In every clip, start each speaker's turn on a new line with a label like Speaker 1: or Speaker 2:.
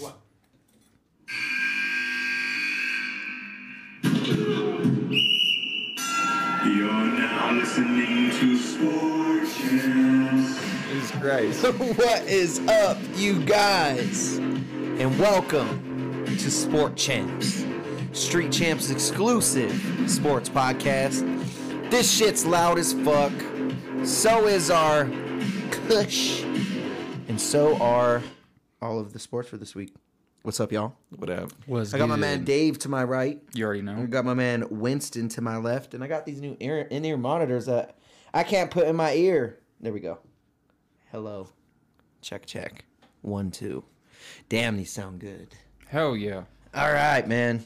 Speaker 1: One.
Speaker 2: You're now listening to Sportcast.
Speaker 3: Jesus Christ.
Speaker 4: what is up, you guys? And welcome to Sport Champs, Street Champs exclusive sports podcast. This shit's loud as fuck. So is our kush. And so are all of the sports for this week. What's up, y'all?
Speaker 3: What up?
Speaker 4: I got my man Dave to my right.
Speaker 3: You already
Speaker 4: I
Speaker 3: know.
Speaker 4: got my man Winston to my left, and I got these new ear- in-ear monitors that I can't put in my ear. There we go. Hello. Check check. One two. Damn, these sound good.
Speaker 3: Hell yeah.
Speaker 4: All right, man.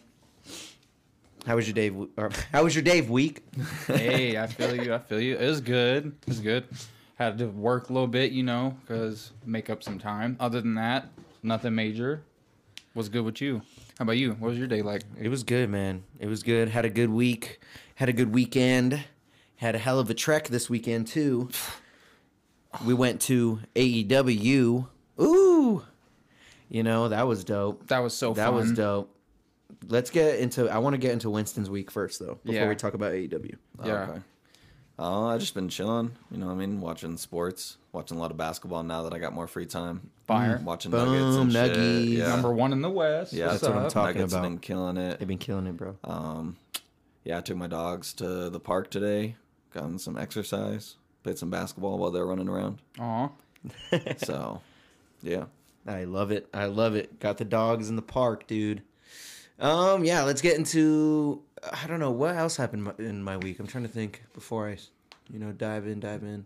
Speaker 4: How was your Dave? w- Or, how was your Dave week?
Speaker 3: Hey, I feel you. I feel you. It was good. It was good. Had to work a little bit, you know, because make up some time. Other than that, nothing major. What's good with you? How about you? What was your day like?
Speaker 4: It was good, man. It was good. Had a good week. Had a good weekend. Had a hell of a trek this weekend too. We went to AEW. Ooh. You know, that was dope.
Speaker 3: That was so
Speaker 4: That
Speaker 3: fun.
Speaker 4: was dope. Let's get into. I want to get into Winston's week first, though, before
Speaker 3: Yeah.
Speaker 4: we talk about E AEW.
Speaker 3: Yeah.
Speaker 5: Okay. Oh, I just been chilling. You know, what I mean, watching sports, watching a lot of basketball now that I got more free time.
Speaker 3: Fire.
Speaker 5: Watching
Speaker 4: Boom,
Speaker 5: Nuggets and
Speaker 4: Nuggies.
Speaker 5: shit. Yeah,
Speaker 3: Number one in the West.
Speaker 5: yeah,
Speaker 3: What's
Speaker 4: that's what I'm
Speaker 3: up?
Speaker 4: talking
Speaker 5: Nuggets
Speaker 4: about.
Speaker 5: been killing it.
Speaker 4: They've been killing it, bro.
Speaker 5: Um, yeah, I took my dogs to the park today. Gotten some exercise. Played some basketball while they're running around.
Speaker 3: Aw.
Speaker 5: So, yeah.
Speaker 4: I love it. I love it. Got the dogs in the park, dude. Um, yeah. Let's get into. I don't know what else happened my- in my week. I'm trying to think before I, you know, dive in, dive in.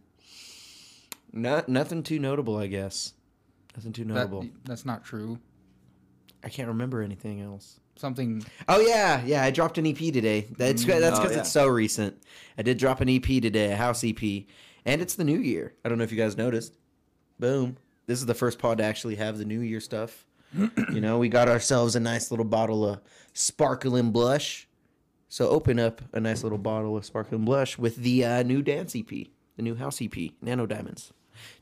Speaker 4: Not nothing too notable, I guess. Nothing too
Speaker 3: That,
Speaker 4: notable.
Speaker 3: that's not true.
Speaker 4: I can't remember anything else.
Speaker 3: Something.
Speaker 4: Oh yeah, yeah. I dropped an EP today. That's that's
Speaker 5: Oh,
Speaker 4: because
Speaker 5: yeah.
Speaker 4: it's so recent. I did drop an EP today, a house EP, and it's the new year. I don't know if you guys noticed. Boom! This is the first pod to actually have the new year stuff. you know, we got ourselves a nice little bottle of sparkling blush. So open up a nice little bottle of sparkling blush with the uh, new dance EP, the new house EP, Nano Diamonds.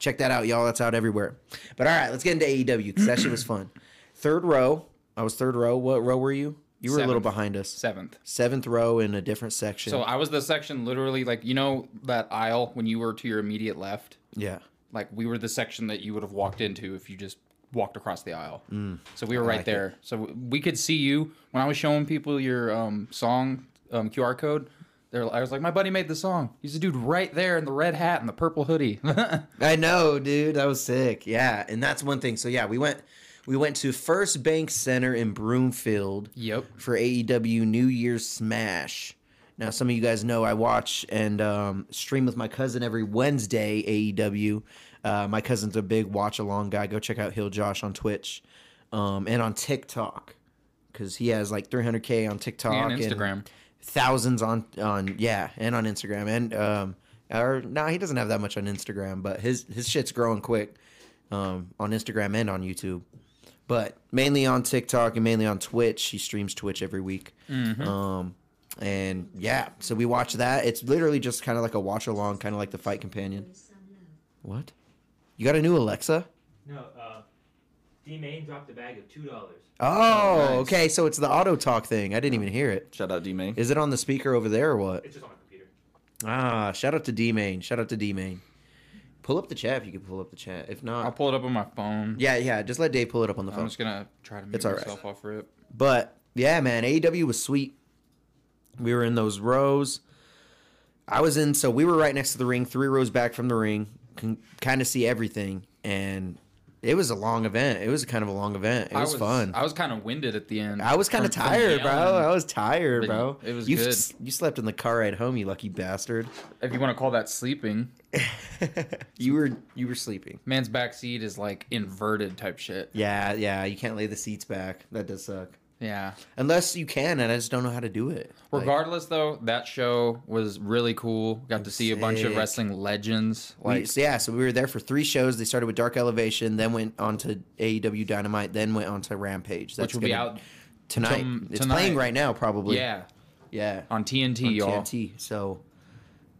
Speaker 4: Check that out, y'all. That's out everywhere. But all right, let's get into AEW because that shit was fun. Third row. I was third row. What row were you? You were a little
Speaker 3: Seventh.
Speaker 4: behind us.
Speaker 3: Seventh.
Speaker 4: Seventh row in a different section.
Speaker 3: So I was the section literally like, you know, that aisle when you were to your immediate left?
Speaker 4: yeah.
Speaker 3: like we were the section that you would have walked into if you just walked across the aisle.
Speaker 4: Mm.
Speaker 3: so we were right there. So we could see you when I was showing people your um, song um, QR code. They're, I was like, my buddy made the song. He's a dude right there in the red hat and the purple hoodie.
Speaker 4: I know, dude. That was sick. Yeah, and that's one thing. So yeah, we went we went to First Bank Center in Broomfield.
Speaker 3: Yep.
Speaker 4: For AEW New Year's Smash. Now, some of you guys know I watch and um, stream with my cousin every Wednesday AEW. Uh, my cousin's a big watch along guy. Go check out Hill Josh on Twitch um, and on TikTok because he has like 300k on TikTok
Speaker 3: And Instagram.
Speaker 4: thousands on on yeah, and on Instagram and um or no, he doesn't have that much on Instagram, but his his shit's growing quick um on Instagram and on YouTube. But mainly on TikTok and mainly on Twitch. He streams Twitch every week. Um and yeah, so we watch that. It's literally just kind of like a watch along, kind of like the fight companion. What? You got a new Alexa?
Speaker 6: No, uh, D Main dropped a bag of two dollars.
Speaker 4: Oh,
Speaker 3: nice.
Speaker 4: okay. So it's the auto talk thing. I didn't even hear it.
Speaker 5: Shout out D Main.
Speaker 4: Is it on the speaker over there or what?
Speaker 6: It's just on my computer.
Speaker 4: Ah, shout out to D Main. Shout out to D Main. Pull up the chat if you can pull up the chat. If
Speaker 3: I'll
Speaker 4: not,
Speaker 3: pull Oh. it up on my phone.
Speaker 4: yeah, yeah, just let Dave pull it up on the
Speaker 3: I'm
Speaker 4: phone.
Speaker 3: just gonna try to mute
Speaker 4: It's all right.
Speaker 3: myself off rip.
Speaker 4: But yeah, man, AEW was sweet. We were in those rows. I was in, so we were right next to the ring, three rows back from the ring. Can kind of see everything, and it was a long event. It was kind of a long event. It was,
Speaker 3: I
Speaker 4: fun.
Speaker 3: I was kind of winded at the end.
Speaker 4: I was kind of
Speaker 3: from- from
Speaker 4: tired, bro.
Speaker 3: yelling.
Speaker 4: I was tired,
Speaker 3: But
Speaker 4: bro.
Speaker 3: it was
Speaker 4: you,
Speaker 3: good.
Speaker 4: You slept in the car ride home, you lucky bastard.
Speaker 3: If you want to call that sleeping,
Speaker 4: you were you were sleeping.
Speaker 3: man's back seat is like inverted type shit.
Speaker 4: Yeah, yeah, you can't lay the seats back. That does suck.
Speaker 3: Yeah.
Speaker 4: Unless you can, and I just don't know how to do it. Like,
Speaker 3: Regardless, though, that show was really cool. Got to see a bunch of
Speaker 4: sick.
Speaker 3: wrestling legends.
Speaker 4: we-
Speaker 3: Like,
Speaker 4: so yeah, so we were there for three shows. They started with Dark Elevation, then went on to AEW Dynamite, then went on to Rampage. That's
Speaker 3: which will be
Speaker 4: gonna-
Speaker 3: out.
Speaker 4: tonight.
Speaker 3: tom-
Speaker 4: it's
Speaker 3: tonight. E
Speaker 4: playing right now, probably.
Speaker 3: Yeah,
Speaker 4: yeah,
Speaker 3: on TNT,
Speaker 4: on
Speaker 3: y'all.
Speaker 4: TNT. So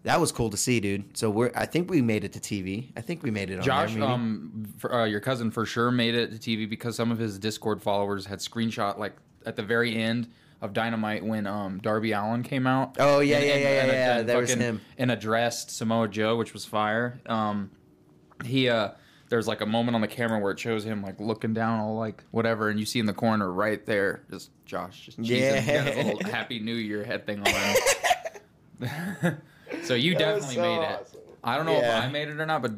Speaker 4: That was cool to see, dude. So we're I think we made it to TV. I think we made it on
Speaker 3: Josh,
Speaker 4: there, maybe.
Speaker 3: um, for, uh, your cousin for sure made it to TV because some of his Discord followers had screenshot like at the very end of Dynamite when um Darby Allen came out.
Speaker 4: Oh, yeah, yeah, yeah,
Speaker 3: uh,
Speaker 4: yeah, yeah, that was him.
Speaker 3: And addressed Samoa Joe, which was fire. Um, he uh, there's like a moment on the camera where it shows him like looking down, all like whatever, and you see in the corner right there, just Josh, just cheesing,
Speaker 4: Yeah.
Speaker 3: got his little Happy New Year head thing on. so you definitely
Speaker 4: so
Speaker 3: made
Speaker 4: awesome.
Speaker 3: it. I don't know
Speaker 4: Yeah.
Speaker 3: if I made it or not, but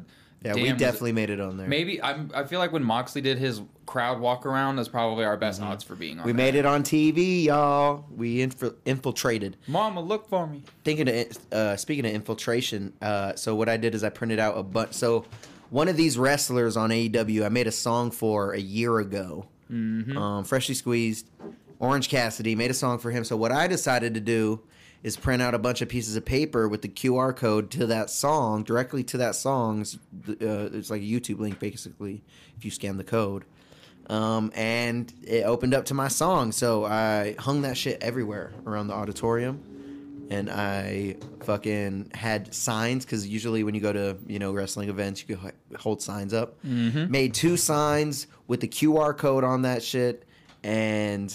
Speaker 4: Yeah,
Speaker 3: damn,
Speaker 4: we
Speaker 3: was it-
Speaker 4: definitely made it on there.
Speaker 3: Maybe I'm, I feel like when Moxley did his crowd walk around is probably our best odds for being on.
Speaker 4: Mm-hmm. we
Speaker 3: that.
Speaker 4: made it on TV, y'all. We inf- infiltrated.
Speaker 3: Mama, look for me.
Speaker 4: Thinking of uh, speaking of infiltration, uh, so what I did is I printed out a bunch. So one of these wrestlers on AEW, I made a song for a year ago. Um, Freshly squeezed, Orange Cassidy made a song for him. So what I decided to do is print out a bunch of pieces of paper with the QR code to that song directly to that song's. Uh, it's like a YouTube link basically. If you scan the code, um, and it opened up to my song. So I hung that shit everywhere around the auditorium, and I fucking had signs because usually when you go to you know wrestling events, you can h- hold signs up.
Speaker 3: Mm-hmm.
Speaker 4: Made two signs with the QR code on that shit, and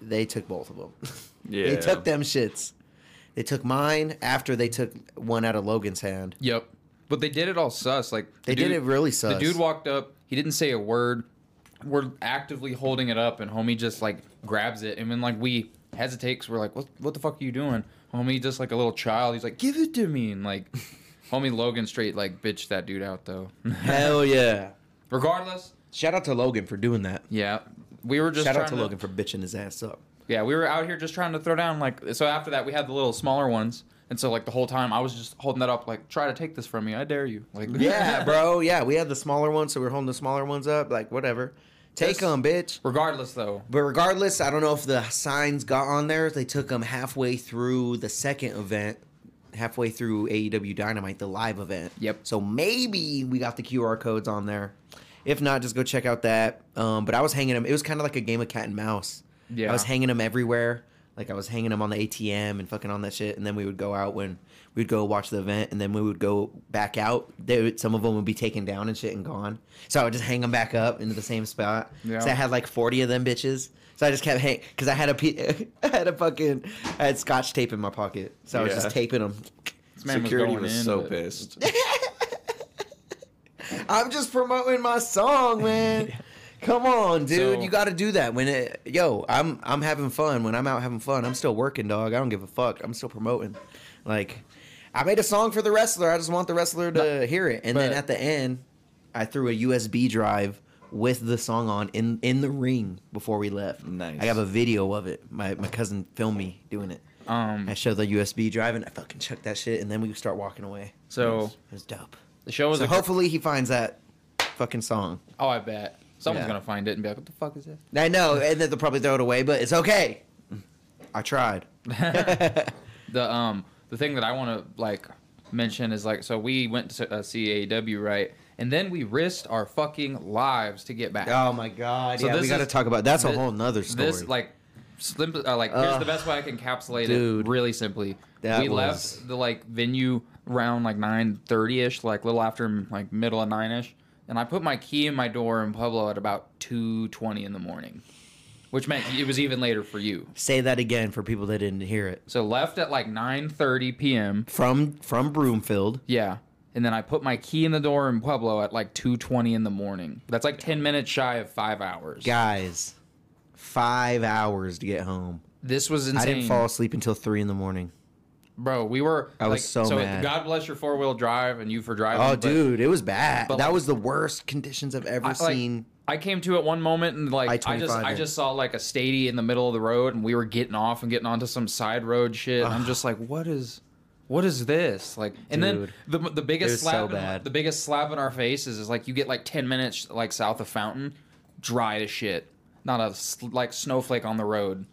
Speaker 4: they took both of them. they
Speaker 5: Yeah.
Speaker 4: took them shits. They took mine after they took one out of Logan's hand.
Speaker 3: Yep. But they did it all sus. Like
Speaker 4: They
Speaker 3: the
Speaker 4: did it really
Speaker 3: The
Speaker 4: sus.
Speaker 3: dude walked up. He didn't say a word. We're actively holding it up, and homie just like grabs it, and when like we hesitate, 'cause we're like, "What? What the fuck are you doing?" Homie, just like a little child, he's like, "Give it to me!" And like, homie Logan straight like bitched that dude out though.
Speaker 4: Hell yeah!
Speaker 3: Regardless,
Speaker 4: Shout out to Logan for doing that.
Speaker 3: yeah, we were just
Speaker 4: Shout out
Speaker 3: trying
Speaker 4: to Logan for bitching his ass up.
Speaker 3: Yeah, we were out here just trying to throw down like so after that we had the little smaller ones. And so like the whole time I was just holding that up like try to take this from me. I dare you. Like
Speaker 4: Yeah, bro. Yeah, we had the smaller ones, so we are holding the smaller ones up. Like, whatever. Take
Speaker 3: That's-
Speaker 4: them, bitch.
Speaker 3: Regardless though.
Speaker 4: But regardless, I don't know if the signs got on there. They took them halfway through the second event, halfway through AEW Dynamite, the live event.
Speaker 3: Yep.
Speaker 4: So maybe we got the QR codes on there. If not, just go check out that. Um, but I was hanging them. It was kind of like a game of cat and mouse.
Speaker 3: Yeah.
Speaker 4: I was hanging them everywhere. Like I was hanging them on the ATM and fucking on that shit. And then we would go out when we'd go watch the event, and then we would go back out. They would, some of them would be taken down and shit and gone. So I would just hang them back up into the same spot.
Speaker 3: Yeah.
Speaker 4: So I had like forty of them bitches. So I just kept hang because I had a pe- I had a fucking I had scotch tape in my pocket. So I was
Speaker 5: Yeah.
Speaker 4: just taping them.
Speaker 3: This man
Speaker 5: Security
Speaker 3: was,
Speaker 5: was,
Speaker 3: going in,
Speaker 5: so
Speaker 3: but-
Speaker 5: pissed.
Speaker 4: I'm just promoting my song, man. Come on, dude.
Speaker 3: So-
Speaker 4: you got to do that when it. Yo, I'm I'm having fun when I'm out having fun. I'm still working, dog. I don't give a fuck. I'm still promoting. Like, I made a song for the wrestler. I just want the wrestler to hear it. And then
Speaker 3: but-
Speaker 4: at the end, I threw a USB drive with the song on in in the ring before we left.
Speaker 5: Nice.
Speaker 4: I have a video of it. My my cousin filmed me doing it. I
Speaker 3: Um
Speaker 4: showed the USB drive and I fucking chucked that shit. And then we start walking away.
Speaker 3: so
Speaker 4: It was dope.
Speaker 3: the show was
Speaker 4: So
Speaker 3: a
Speaker 4: hopefully he finds that fucking song.
Speaker 3: Oh I bet. Someone's
Speaker 4: Yeah.
Speaker 3: gonna find it and be like, What the fuck is this?
Speaker 4: I know, and then they'll probably throw it away, but it's okay. I tried.
Speaker 3: the um the thing that I want to like mention is like so we went to uh, CAW right and then we risked our fucking lives to get back.
Speaker 4: Oh my god!
Speaker 3: So
Speaker 4: yeah, we
Speaker 3: this
Speaker 4: got to
Speaker 3: is-
Speaker 4: talk about that's a
Speaker 3: thi-
Speaker 4: whole nother story.
Speaker 3: This like, slim, uh, like here's the best way I can encapsulate
Speaker 4: dude.
Speaker 3: it really simply.
Speaker 4: That
Speaker 3: we
Speaker 4: was-
Speaker 3: left the like venue around like nine thirty ish, like little after like middle of nine ish, and I put my key in my door in Pueblo at about two twenty in the morning, which meant it was even later for you.
Speaker 4: Say that again for people that didn't hear it.
Speaker 3: So left at like nine thirty p.m.
Speaker 4: From from Broomfield.
Speaker 3: Yeah. And then I put my key in the door in Pueblo at like 2:20 in the morning. That's like 10 minutes shy of 5 hours.
Speaker 4: Guys, five hours to get home.
Speaker 3: This was insane.
Speaker 4: I didn't fall asleep until three in the morning.
Speaker 3: Bro, we were.
Speaker 4: I was so mad.
Speaker 3: God bless your four wheel drive and you for driving.
Speaker 4: Oh,
Speaker 3: but
Speaker 4: dude, it was bad.
Speaker 3: but,
Speaker 4: that
Speaker 3: like-
Speaker 4: was the worst conditions I've ever
Speaker 3: I, like,
Speaker 4: seen.
Speaker 3: I came to at one moment and like I, just
Speaker 4: I-25
Speaker 3: I
Speaker 4: it.
Speaker 3: just saw like a stady in the middle of the road and we were getting off and getting onto some side road shit. and I'm just like, what is, what is this? Like, and
Speaker 4: Dude.
Speaker 3: then the the
Speaker 4: It
Speaker 3: biggest
Speaker 4: was
Speaker 3: slap
Speaker 4: so
Speaker 3: in,
Speaker 4: bad.
Speaker 3: the biggest slap in our faces is like you get like 10 minutes like south of Fountain, dry as shit, not a s- like snowflake on the road.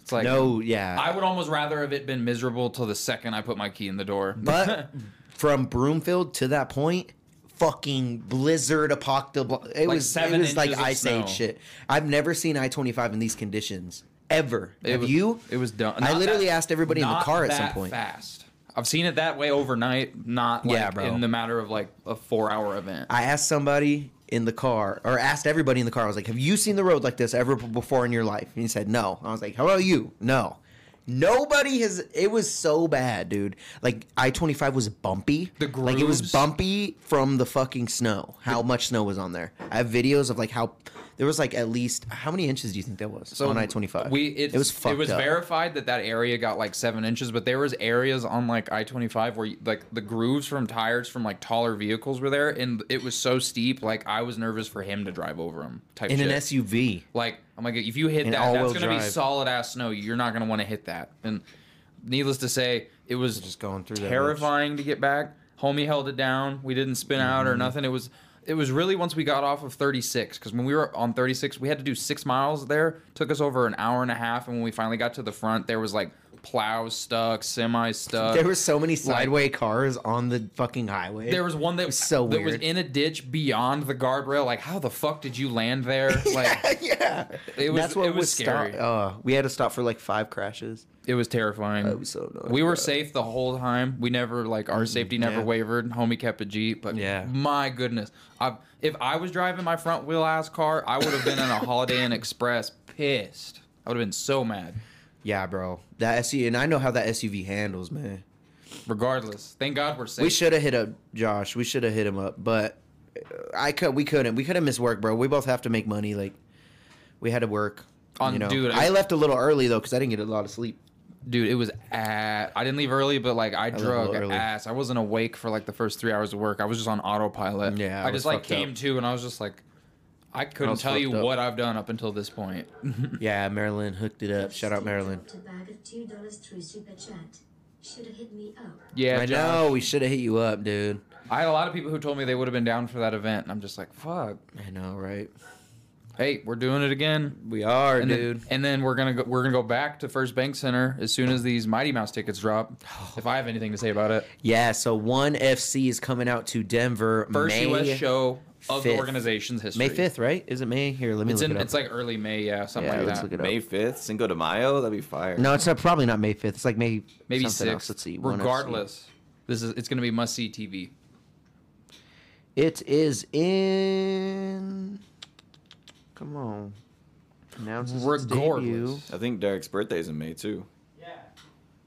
Speaker 3: It's like
Speaker 4: no, yeah.
Speaker 3: I would almost rather have it been miserable till the second I put my key in the door.
Speaker 4: But from Broomfield to that point, fucking blizzard apocalypse. It
Speaker 3: Like
Speaker 4: was
Speaker 3: seven
Speaker 4: it was like
Speaker 3: inches of
Speaker 4: ice
Speaker 3: snow.
Speaker 4: age shit. I've never seen I twenty five in these conditions ever.
Speaker 3: it
Speaker 4: Have
Speaker 3: was,
Speaker 4: you?
Speaker 3: It was dumb.
Speaker 4: I
Speaker 3: Not
Speaker 4: literally
Speaker 3: that-
Speaker 4: asked everybody in the
Speaker 3: not
Speaker 4: car at some
Speaker 3: that
Speaker 4: point.
Speaker 3: Fast. I've seen it that way overnight, not like
Speaker 4: Yeah, bro.
Speaker 3: in the matter of like a four hour event.
Speaker 4: I asked somebody in the car, or asked everybody in the car. I was like, "Have you seen the road like this ever b- before in your life?" And he said, "No." I was like, "How about you?" No. Nobody has. It was so bad, dude. Like I twenty five was bumpy.
Speaker 3: The
Speaker 4: like it was
Speaker 3: grooves.
Speaker 4: bumpy from the fucking snow. How much snow was on there? I have videos of like how there was like at least how many inches do you think that was on I twenty five?
Speaker 3: We it's,
Speaker 4: it was fucked
Speaker 3: It was
Speaker 4: up.
Speaker 3: verified that that area got like seven inches, but there was areas on like I twenty five where like the grooves from tires from like taller vehicles were there, and it was so steep. Like I was nervous for him to drive over them. Type
Speaker 4: in
Speaker 3: shit.
Speaker 4: an SUV.
Speaker 3: Like I'm like, if you hit
Speaker 4: And
Speaker 3: that,
Speaker 4: all-wheel
Speaker 3: that's gonna be
Speaker 4: drive.
Speaker 3: solid ass snow. You're not gonna want to hit that. And needless to say, it was
Speaker 4: Just going through that
Speaker 3: terrifying to get back. Homie held it down. We didn't spin out
Speaker 4: Mm-hmm.
Speaker 3: or nothing. It was it was really once we got off of 36 because when we were on 36, we had to do six miles there. Took us over an hour and a half, and when we finally got to the front, there was like plows stuck, semi stuck.
Speaker 4: There were so many sideway cars on the fucking highway.
Speaker 3: There was one that was
Speaker 4: so
Speaker 3: that was
Speaker 4: weird.
Speaker 3: in a ditch beyond the guardrail. Like, how the fuck did you land there? Like,
Speaker 4: yeah,
Speaker 3: It was- it was scary.
Speaker 4: Stop, uh, we had to stop for like five crashes.
Speaker 3: it was terrifying.
Speaker 4: That was so annoying,
Speaker 3: we were
Speaker 4: bro.
Speaker 3: safe the whole time. We never like our safety never
Speaker 4: yeah.
Speaker 3: wavered. Homie kept a jeep, but
Speaker 4: Yeah.
Speaker 3: my goodness, I if I was driving my front wheel ass car, I would have been in a Holiday Inn Express pissed. I would have been so mad.
Speaker 4: Yeah, bro. That SUV, and I know how that SUV handles, man.
Speaker 3: Regardless, thank God we're safe.
Speaker 4: We should have hit up Josh. We should have hit him up, but uh, I could. We couldn't. We couldn't miss work, bro. We both have to make money. Like we had to work.
Speaker 3: On-
Speaker 4: you know,
Speaker 3: dude,
Speaker 4: I,
Speaker 3: I-
Speaker 4: left a little early though because I didn't get a lot of sleep.
Speaker 3: dude. It was at, I didn't leave early, but like I,
Speaker 4: a little
Speaker 3: drug
Speaker 4: early.
Speaker 3: ass. I wasn't awake for like the first three hours of work. I was just on autopilot.
Speaker 4: Yeah, I
Speaker 3: I,
Speaker 4: was
Speaker 3: just like
Speaker 4: fucked up.
Speaker 3: came to, and I was just like, I couldn't
Speaker 4: was
Speaker 3: tell you
Speaker 4: fucked up.
Speaker 3: what I've done up until this point. Mm-hmm.
Speaker 4: Yeah, Marilyn hooked it up. Shout out Marilyn.
Speaker 1: Dropped a bag of $2 through Super Chat. Should've hit me up.
Speaker 3: yeah,
Speaker 4: I
Speaker 3: Josh.
Speaker 4: know we should have hit you up, dude.
Speaker 3: I had a lot of people who told me they would have been down for that event, and I'm just like, fuck.
Speaker 4: I know, right?
Speaker 3: Hey, we're doing it again,
Speaker 4: We are,
Speaker 3: and
Speaker 4: dude.
Speaker 3: Then, and then we're gonna go, we're gonna go back to First Bank Center as soon as these Mighty Mouse tickets drop. If I have anything to say about it,
Speaker 4: yeah, so one FC is coming out to Denver.
Speaker 3: first
Speaker 4: May,
Speaker 3: U.S. show of the
Speaker 4: 5th.
Speaker 3: organization's history.
Speaker 4: May fifth, right? Is it May? Here, let me
Speaker 3: It's
Speaker 4: look
Speaker 3: in.
Speaker 4: it up.
Speaker 3: It's like early May, yeah, something
Speaker 4: yeah,
Speaker 3: like
Speaker 4: let's
Speaker 3: that.
Speaker 4: look it up.
Speaker 5: May 5th, Cinco de Mayo? That'd be fire.
Speaker 4: No, it's not, probably not May 5th. It's like May
Speaker 3: Maybe
Speaker 4: something
Speaker 3: six.
Speaker 4: else. Let's see. one FC.
Speaker 3: Regardless, this is it's gonna be must see TV.
Speaker 4: It is in. Come on. Announces its debut.
Speaker 3: Regardless,
Speaker 5: I think Derek's birthday's in May too.
Speaker 6: Yeah.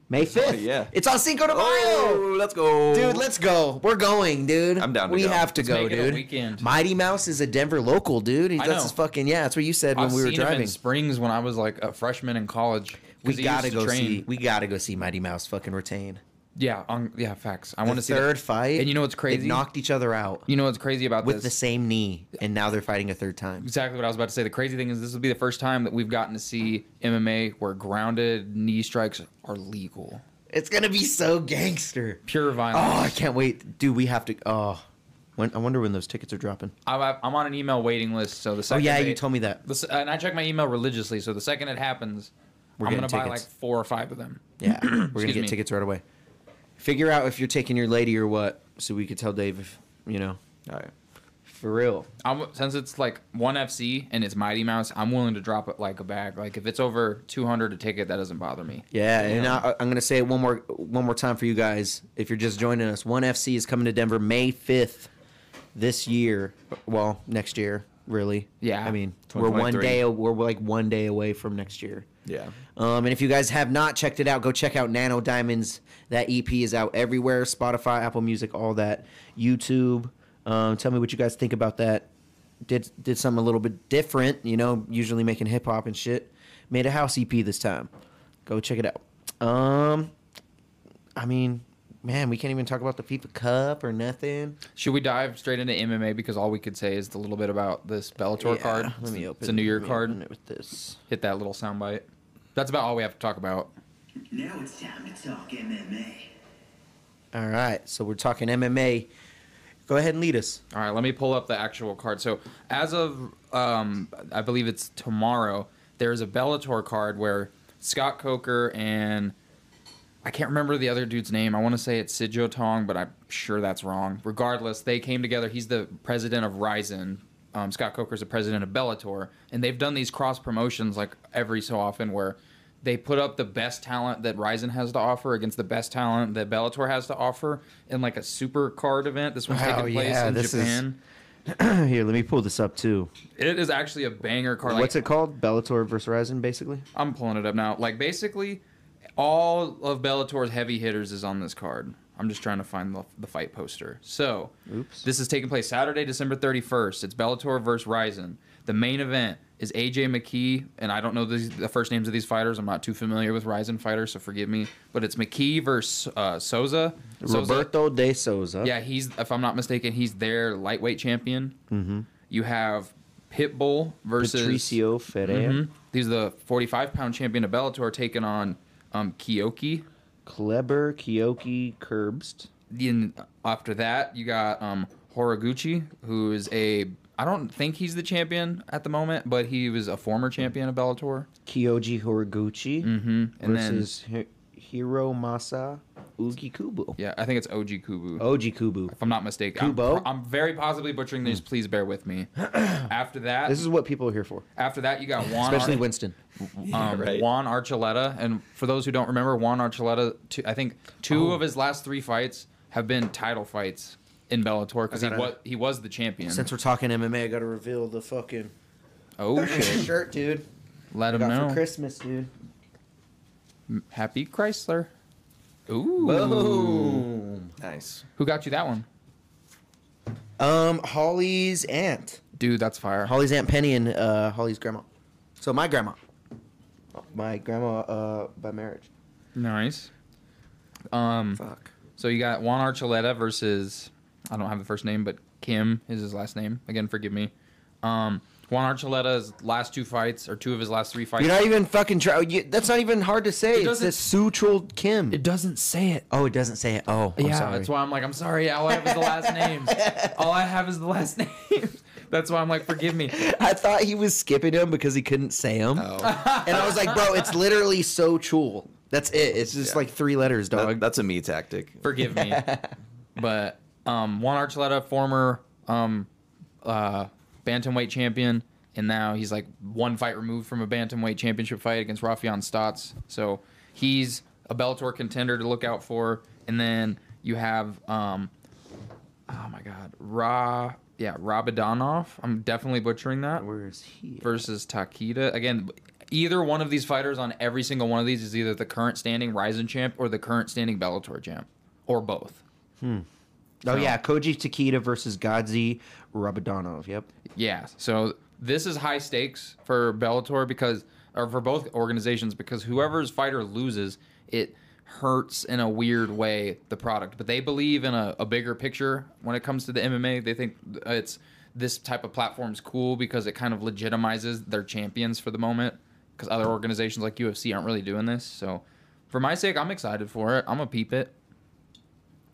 Speaker 4: May 5th.
Speaker 5: yeah.
Speaker 4: It's on Cinco de Mayo.
Speaker 3: Oh.
Speaker 5: Oh, let's go.
Speaker 4: Dude, let's go. We're going, dude.
Speaker 5: I'm down to
Speaker 4: we
Speaker 5: go.
Speaker 4: have to
Speaker 3: Let's
Speaker 4: go,
Speaker 3: make it a
Speaker 4: dude.
Speaker 3: weekend.
Speaker 4: Mighty Mouse is a Denver local, dude. He
Speaker 3: I
Speaker 4: does
Speaker 3: know.
Speaker 4: his fucking yeah. That's what you said when
Speaker 3: I've
Speaker 4: we were
Speaker 3: seen him in
Speaker 4: driving.
Speaker 3: Springs when I was like a freshman in college. 'cause
Speaker 4: We
Speaker 3: he used
Speaker 4: gotta
Speaker 3: to
Speaker 4: go see. We gotta go see Mighty Mouse fucking retain.
Speaker 3: Yeah, on yeah, facts. I
Speaker 4: I
Speaker 3: want
Speaker 4: want
Speaker 3: to
Speaker 4: a
Speaker 3: see that.
Speaker 4: third fight.
Speaker 3: And you know what's
Speaker 4: They
Speaker 3: crazy?
Speaker 4: knocked each other out
Speaker 3: You know what's crazy about
Speaker 4: with
Speaker 3: this?
Speaker 4: the same knee, and now they're fighting a third time.
Speaker 3: exactly what I was about to say. The crazy thing is, this will be the first time that we've gotten to see MMA where grounded knee strikes are legal.
Speaker 4: It's gonna be so gangster.
Speaker 3: Pure
Speaker 4: Oh, I
Speaker 3: violence.
Speaker 4: can't wait, dude. We have to. Oh, when I wonder when those tickets are dropping.
Speaker 3: I'm, I'm on an email waiting list, so the
Speaker 4: Oh
Speaker 3: second
Speaker 4: yeah,
Speaker 3: they-
Speaker 4: you told me that.
Speaker 3: the s- and I check my email religiously, so the second it happens,
Speaker 4: We're
Speaker 3: I'm
Speaker 4: getting
Speaker 3: gonna buy like
Speaker 4: tickets.
Speaker 3: four or five of them.
Speaker 4: Yeah, we're gonna
Speaker 3: Excuse
Speaker 4: get
Speaker 3: me.
Speaker 4: tickets right away. Figure out if you're taking your lady or what, so we could tell Dave if you know
Speaker 5: All right.
Speaker 4: for real.
Speaker 3: I'm, since it's like one FC and it's Mighty Mouse, I'm willing to drop it like a bag. Like if it's over 200 a ticket, that doesn't bother me.
Speaker 4: Yeah, and I, I'm gonna say it one more one more time for you guys. If you're just joining us, One FC is coming to Denver May 5th this year. Well, next year, really.
Speaker 3: Yeah.
Speaker 4: I mean, we're one
Speaker 5: 2023.
Speaker 4: day we're like one day away from next year.
Speaker 5: Yeah.
Speaker 4: Um, and if you guys have not checked it out, go check out Nano Diamonds. That EP is out everywhere Spotify, Apple Music, all that, YouTube. Um, tell me what you guys think about that. Did did something a little bit different, you know, usually making hip hop and shit. Made a house EP this time. Go check it out. Um, I mean, man, we can't even talk about the FIFA Cup or nothing.
Speaker 3: Should we dive straight into MMA because all we could say is the little bit about this Bellator
Speaker 4: Yeah,
Speaker 3: card?
Speaker 4: Let me open.
Speaker 3: It's a New Year
Speaker 4: let me open
Speaker 3: card.
Speaker 4: it with this.
Speaker 3: Hit that little soundbite. That's about all we have to talk about.
Speaker 2: Now it's time to talk MMA.
Speaker 4: All right, so we're talking MMA. Go ahead and lead us.
Speaker 3: All right, let me pull up the actual card. So, as of um, I believe it's tomorrow, there's a Bellator card where Scott Coker and I can't remember the other dude's name. I want to say it's Sidjo Tong, but I'm sure that's wrong. Regardless, they came together. He's the president of Ryzen. Um, Scott Coker's the president of Bellator, and they've done these cross promotions like every so often where They put up the best talent that Ryzen has to offer against the best talent that Bellator has to offer in like a super card event. This one's
Speaker 4: Oh,
Speaker 3: taking place
Speaker 4: yeah,
Speaker 3: in
Speaker 4: this is-
Speaker 3: Japan.
Speaker 4: Here, let me pull this up too.
Speaker 3: It is actually a banger card.
Speaker 4: What's
Speaker 3: like,
Speaker 4: it called? Bellator versus Ryzen, basically.
Speaker 3: I'm pulling it up now. Like basically, all of Bellator's heavy hitters is on this card. I'm just trying to find the, the fight poster. So,
Speaker 4: Oops.
Speaker 3: this is taking place Saturday, December 31st. It's Bellator versus Ryzen. The main event is AJ McKee, and I don't know these, the first names of these fighters. I'm not too familiar with Ryzen fighters, so forgive me. But it's McKee versus uh, Souza. Souza-
Speaker 4: Roberto de Souza.
Speaker 3: yeah, he's if I'm not mistaken, he's their lightweight champion. Mm-hmm. You have Pitbull versus
Speaker 4: Patricio Ferreira.
Speaker 3: Mhm. He's the 45 pound champion of Bellator taking on um, Kyoki.
Speaker 4: Kleber Kyoki Kerbst.
Speaker 3: Then after that, you got um, Horaguchi, who is a I don't think he's the champion at the moment, but he was a former champion of Bellator.
Speaker 4: Kyoji Horiguchi
Speaker 3: Mhm. And
Speaker 4: versus Hi- Hiromasa Ugi Kubu.
Speaker 3: Yeah, I think it's OG Kubu.
Speaker 4: Oji Kubu.
Speaker 3: If I'm not mistaken, I'm
Speaker 4: Oh. Kubo? Hmm.
Speaker 3: pro- I'm, very possibly butchering these. Please bear with me. after that,
Speaker 4: This is what people are here for,
Speaker 3: after that, you got Juan.
Speaker 4: especially
Speaker 3: Ar-
Speaker 4: Winston.
Speaker 3: um,
Speaker 5: right.
Speaker 3: Juan Archuleta. And for those who don't remember, Juan Archuleta, two, I think
Speaker 4: Oh.
Speaker 3: two of his last three fights have been title fights in Bellator because he
Speaker 4: gotta-
Speaker 3: was he was the champion.
Speaker 4: Since we're talking MMA, I gotta reveal the fucking
Speaker 3: oh shit!
Speaker 4: shirt, dude.
Speaker 3: Let
Speaker 4: I
Speaker 3: him
Speaker 4: got for
Speaker 3: know.
Speaker 4: Christmas, dude.
Speaker 3: Happy Chrysler. Ooh.
Speaker 4: Boom.
Speaker 5: Nice.
Speaker 3: Who got you that one,
Speaker 4: Um, Holly's aunt,
Speaker 3: dude? That's fire.
Speaker 4: Holly's aunt Penny, and uh, Holly's grandma. So my grandma, my grandma uh, by marriage.
Speaker 3: Nice. Um.
Speaker 5: Fuck.
Speaker 3: So you got Juan Archuleta versus I don't have the first name, but Kim is his last name. Again, forgive me. Um. Juan Archuleta's last two fights, or two of his last three fights.
Speaker 4: You're not even fucking try. You, that's not even hard to say. It's
Speaker 3: doesn't-
Speaker 4: the Sutrul Kim.
Speaker 3: it doesn't say it.
Speaker 4: oh, it doesn't say it. Oh, I'm
Speaker 3: yeah,
Speaker 4: sorry.
Speaker 3: that's why I'm like, I'm sorry. All I have is the last names. All I have is the last names. That's why I'm like, forgive me.
Speaker 4: I thought he was skipping him because he couldn't say him,
Speaker 5: Oh,
Speaker 4: and I was like, bro, it's literally so Chul. That's it. It's just
Speaker 5: Yeah.
Speaker 4: like three letters,
Speaker 5: that,
Speaker 4: dog.
Speaker 5: that's a me tactic.
Speaker 3: Forgive me. But um, Juan Archuleta, former um, uh, bantamweight champion, and now he's like one fight removed from a bantamweight championship fight against Rafion Stotts. So he's a Bellator contender to look out for. And then you have, um, oh my God, Ra, yeah, Rabadanov. I'm definitely butchering that.
Speaker 4: Where is he?
Speaker 3: versus Takeda. Again, either one of these fighters on every single one of these is either the current standing Ryzen champ or the current standing Bellator champ, or both.
Speaker 4: Oh yeah, Koji Takeda versus Godzi Rabadanov. Yep.
Speaker 3: Yeah. So this is high stakes for Bellator because, or for both organizations, because whoever's fighter loses, it hurts in a weird way the product. But they believe in a, a bigger picture when it comes to the MMA. They think it's this type of platform's cool because it kind of legitimizes their champions for the moment. Because other organizations like UFC aren't really doing this. So, for my sake, I'm excited for it. I'm gonna peep it.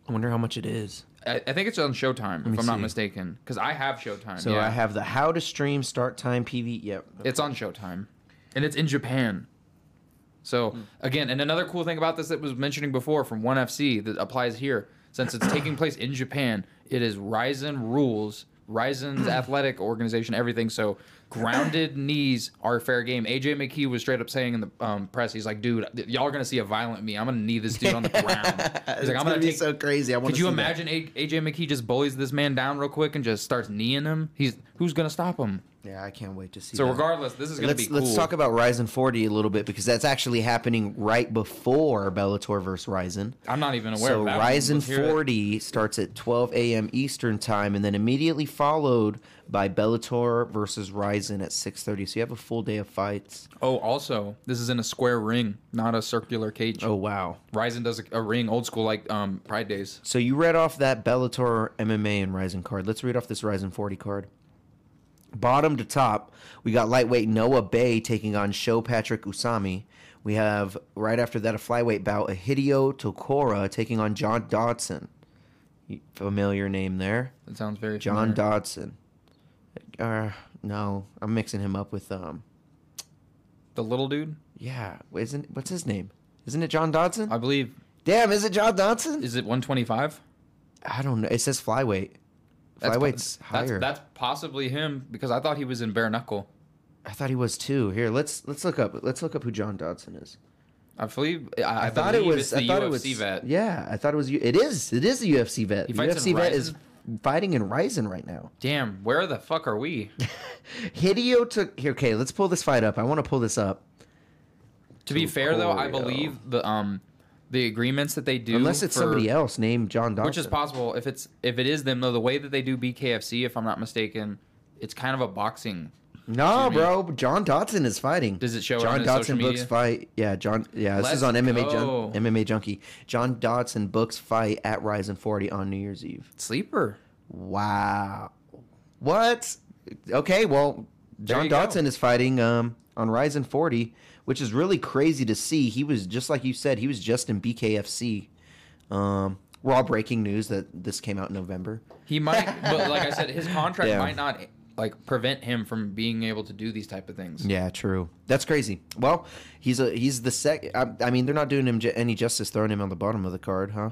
Speaker 4: I wonder how much it is.
Speaker 3: I, I think it's on Showtime, if I'm not
Speaker 4: see.
Speaker 3: mistaken. Because I have Showtime.
Speaker 4: So
Speaker 3: yeah.
Speaker 4: I have the how to stream start time PV. Yep.
Speaker 3: It's on Showtime, and it's in
Speaker 4: Hmm.
Speaker 3: Japan. So again, and another cool thing about this that was mentioning before from ONE FC that applies here, since it's taking place in Japan, it is Ryzen rules, Ryzen's athletic organization, everything. So grounded knees are fair game. AJ McKee was straight up saying in the um, press, he's like, "Dude, y- y'all are gonna see a violent me. I'm gonna knee this dude on the ground." He's
Speaker 4: It's
Speaker 3: like, "I'm
Speaker 4: gonna
Speaker 3: gonna
Speaker 4: be
Speaker 3: take."
Speaker 4: so crazy. I want
Speaker 3: Could you imagine A- AJ McKee just bullies this man down real quick and just starts kneeing him? He's who's gonna stop him?
Speaker 4: Yeah, I can't wait to see.
Speaker 3: So
Speaker 4: that.
Speaker 3: regardless, this is gonna
Speaker 4: let's
Speaker 3: be cool.
Speaker 4: let's talk about Ryzen 40 a little bit because that's actually happening right before Bellator versus Ryzen.
Speaker 3: I'm not even aware.
Speaker 4: So
Speaker 3: of that one.
Speaker 4: Ryzen
Speaker 3: Let's hear it.
Speaker 4: 40 starts at 12 a.m. Eastern time, and then immediately followed by Bellator versus Ryzen at 6:30. So you have a full day of fights.
Speaker 3: Oh, also, this is in a square ring, not a circular cage.
Speaker 4: Oh wow!
Speaker 3: Ryzen does a, a ring, old school like um, Pride Days.
Speaker 4: So you read off that Bellator MMA and Ryzen card. Let's read off this Ryzen 40 card. Bottom to top, we got lightweight Noah Bay taking on Show Patrick Usami. We have right after that a flyweight bout, a Hideo Tokora taking on John Dodson. Familiar name there.
Speaker 3: That sounds very
Speaker 4: John
Speaker 3: familiar.
Speaker 4: Dodson. Uh, no, I'm mixing him up with um
Speaker 3: the little dude,
Speaker 4: yeah, isn't what's his name? Isn't it John Dodson?
Speaker 3: I believe.
Speaker 4: Damn, is it John Dodson?
Speaker 3: Uh, Is it 125?
Speaker 4: I don't know. It says flyweight.
Speaker 3: po-
Speaker 4: Flyweight's
Speaker 3: that's,
Speaker 4: higher.
Speaker 3: That's possibly him because I thought he was in bare knuckle.
Speaker 4: I thought he was too. Here, let's let's look up. Let's look up who John Dodson is.
Speaker 3: I believe. I, I thought it was. the UFC vet.
Speaker 4: Yeah, I thought it was. U- It is. It is a UFC vet.
Speaker 3: He fights
Speaker 4: UFC
Speaker 3: in
Speaker 4: vet is fighting in Ryzen right now.
Speaker 3: Damn, where the fuck are we?
Speaker 4: Hideo took. Here, okay, let's pull this fight up. I want to pull this up.
Speaker 3: to be fair though, I
Speaker 4: Oreo.
Speaker 3: believe the um the agreements that they do
Speaker 4: Unless it's
Speaker 3: for-
Speaker 4: somebody else named John Dodson.
Speaker 3: which is possible if it's if it is them though the way that they do BKFC if I'm not mistaken, it's kind of a boxing.
Speaker 4: No,
Speaker 3: Jimmy.
Speaker 4: bro. John Dodson is fighting.
Speaker 3: Does it show it
Speaker 4: John
Speaker 3: on his
Speaker 4: Dodson
Speaker 3: social
Speaker 4: books
Speaker 3: media?
Speaker 4: fight? Yeah, John. Yeah, this is
Speaker 3: Let's
Speaker 4: on MMA
Speaker 3: go.
Speaker 4: jun- MMA Junkie. John Dodson books fight at Ryzen 40 on New Year's Eve.
Speaker 3: Sleeper.
Speaker 4: Wow. What? Okay, well, John
Speaker 3: you go.
Speaker 4: Dodson is fighting um, on Ryzen 40, which is really crazy to see. He was just like you said, he was just in BKFC. Um, we're all breaking news that this came out in November.
Speaker 3: He might but like I said his contract
Speaker 4: Yeah.
Speaker 3: might not like prevent him from being able to do these type of things.
Speaker 4: Yeah, true. That's crazy. Well, he's a he's the sec. I, I mean, they're not doing him ju- any justice throwing him on the bottom of the card, huh?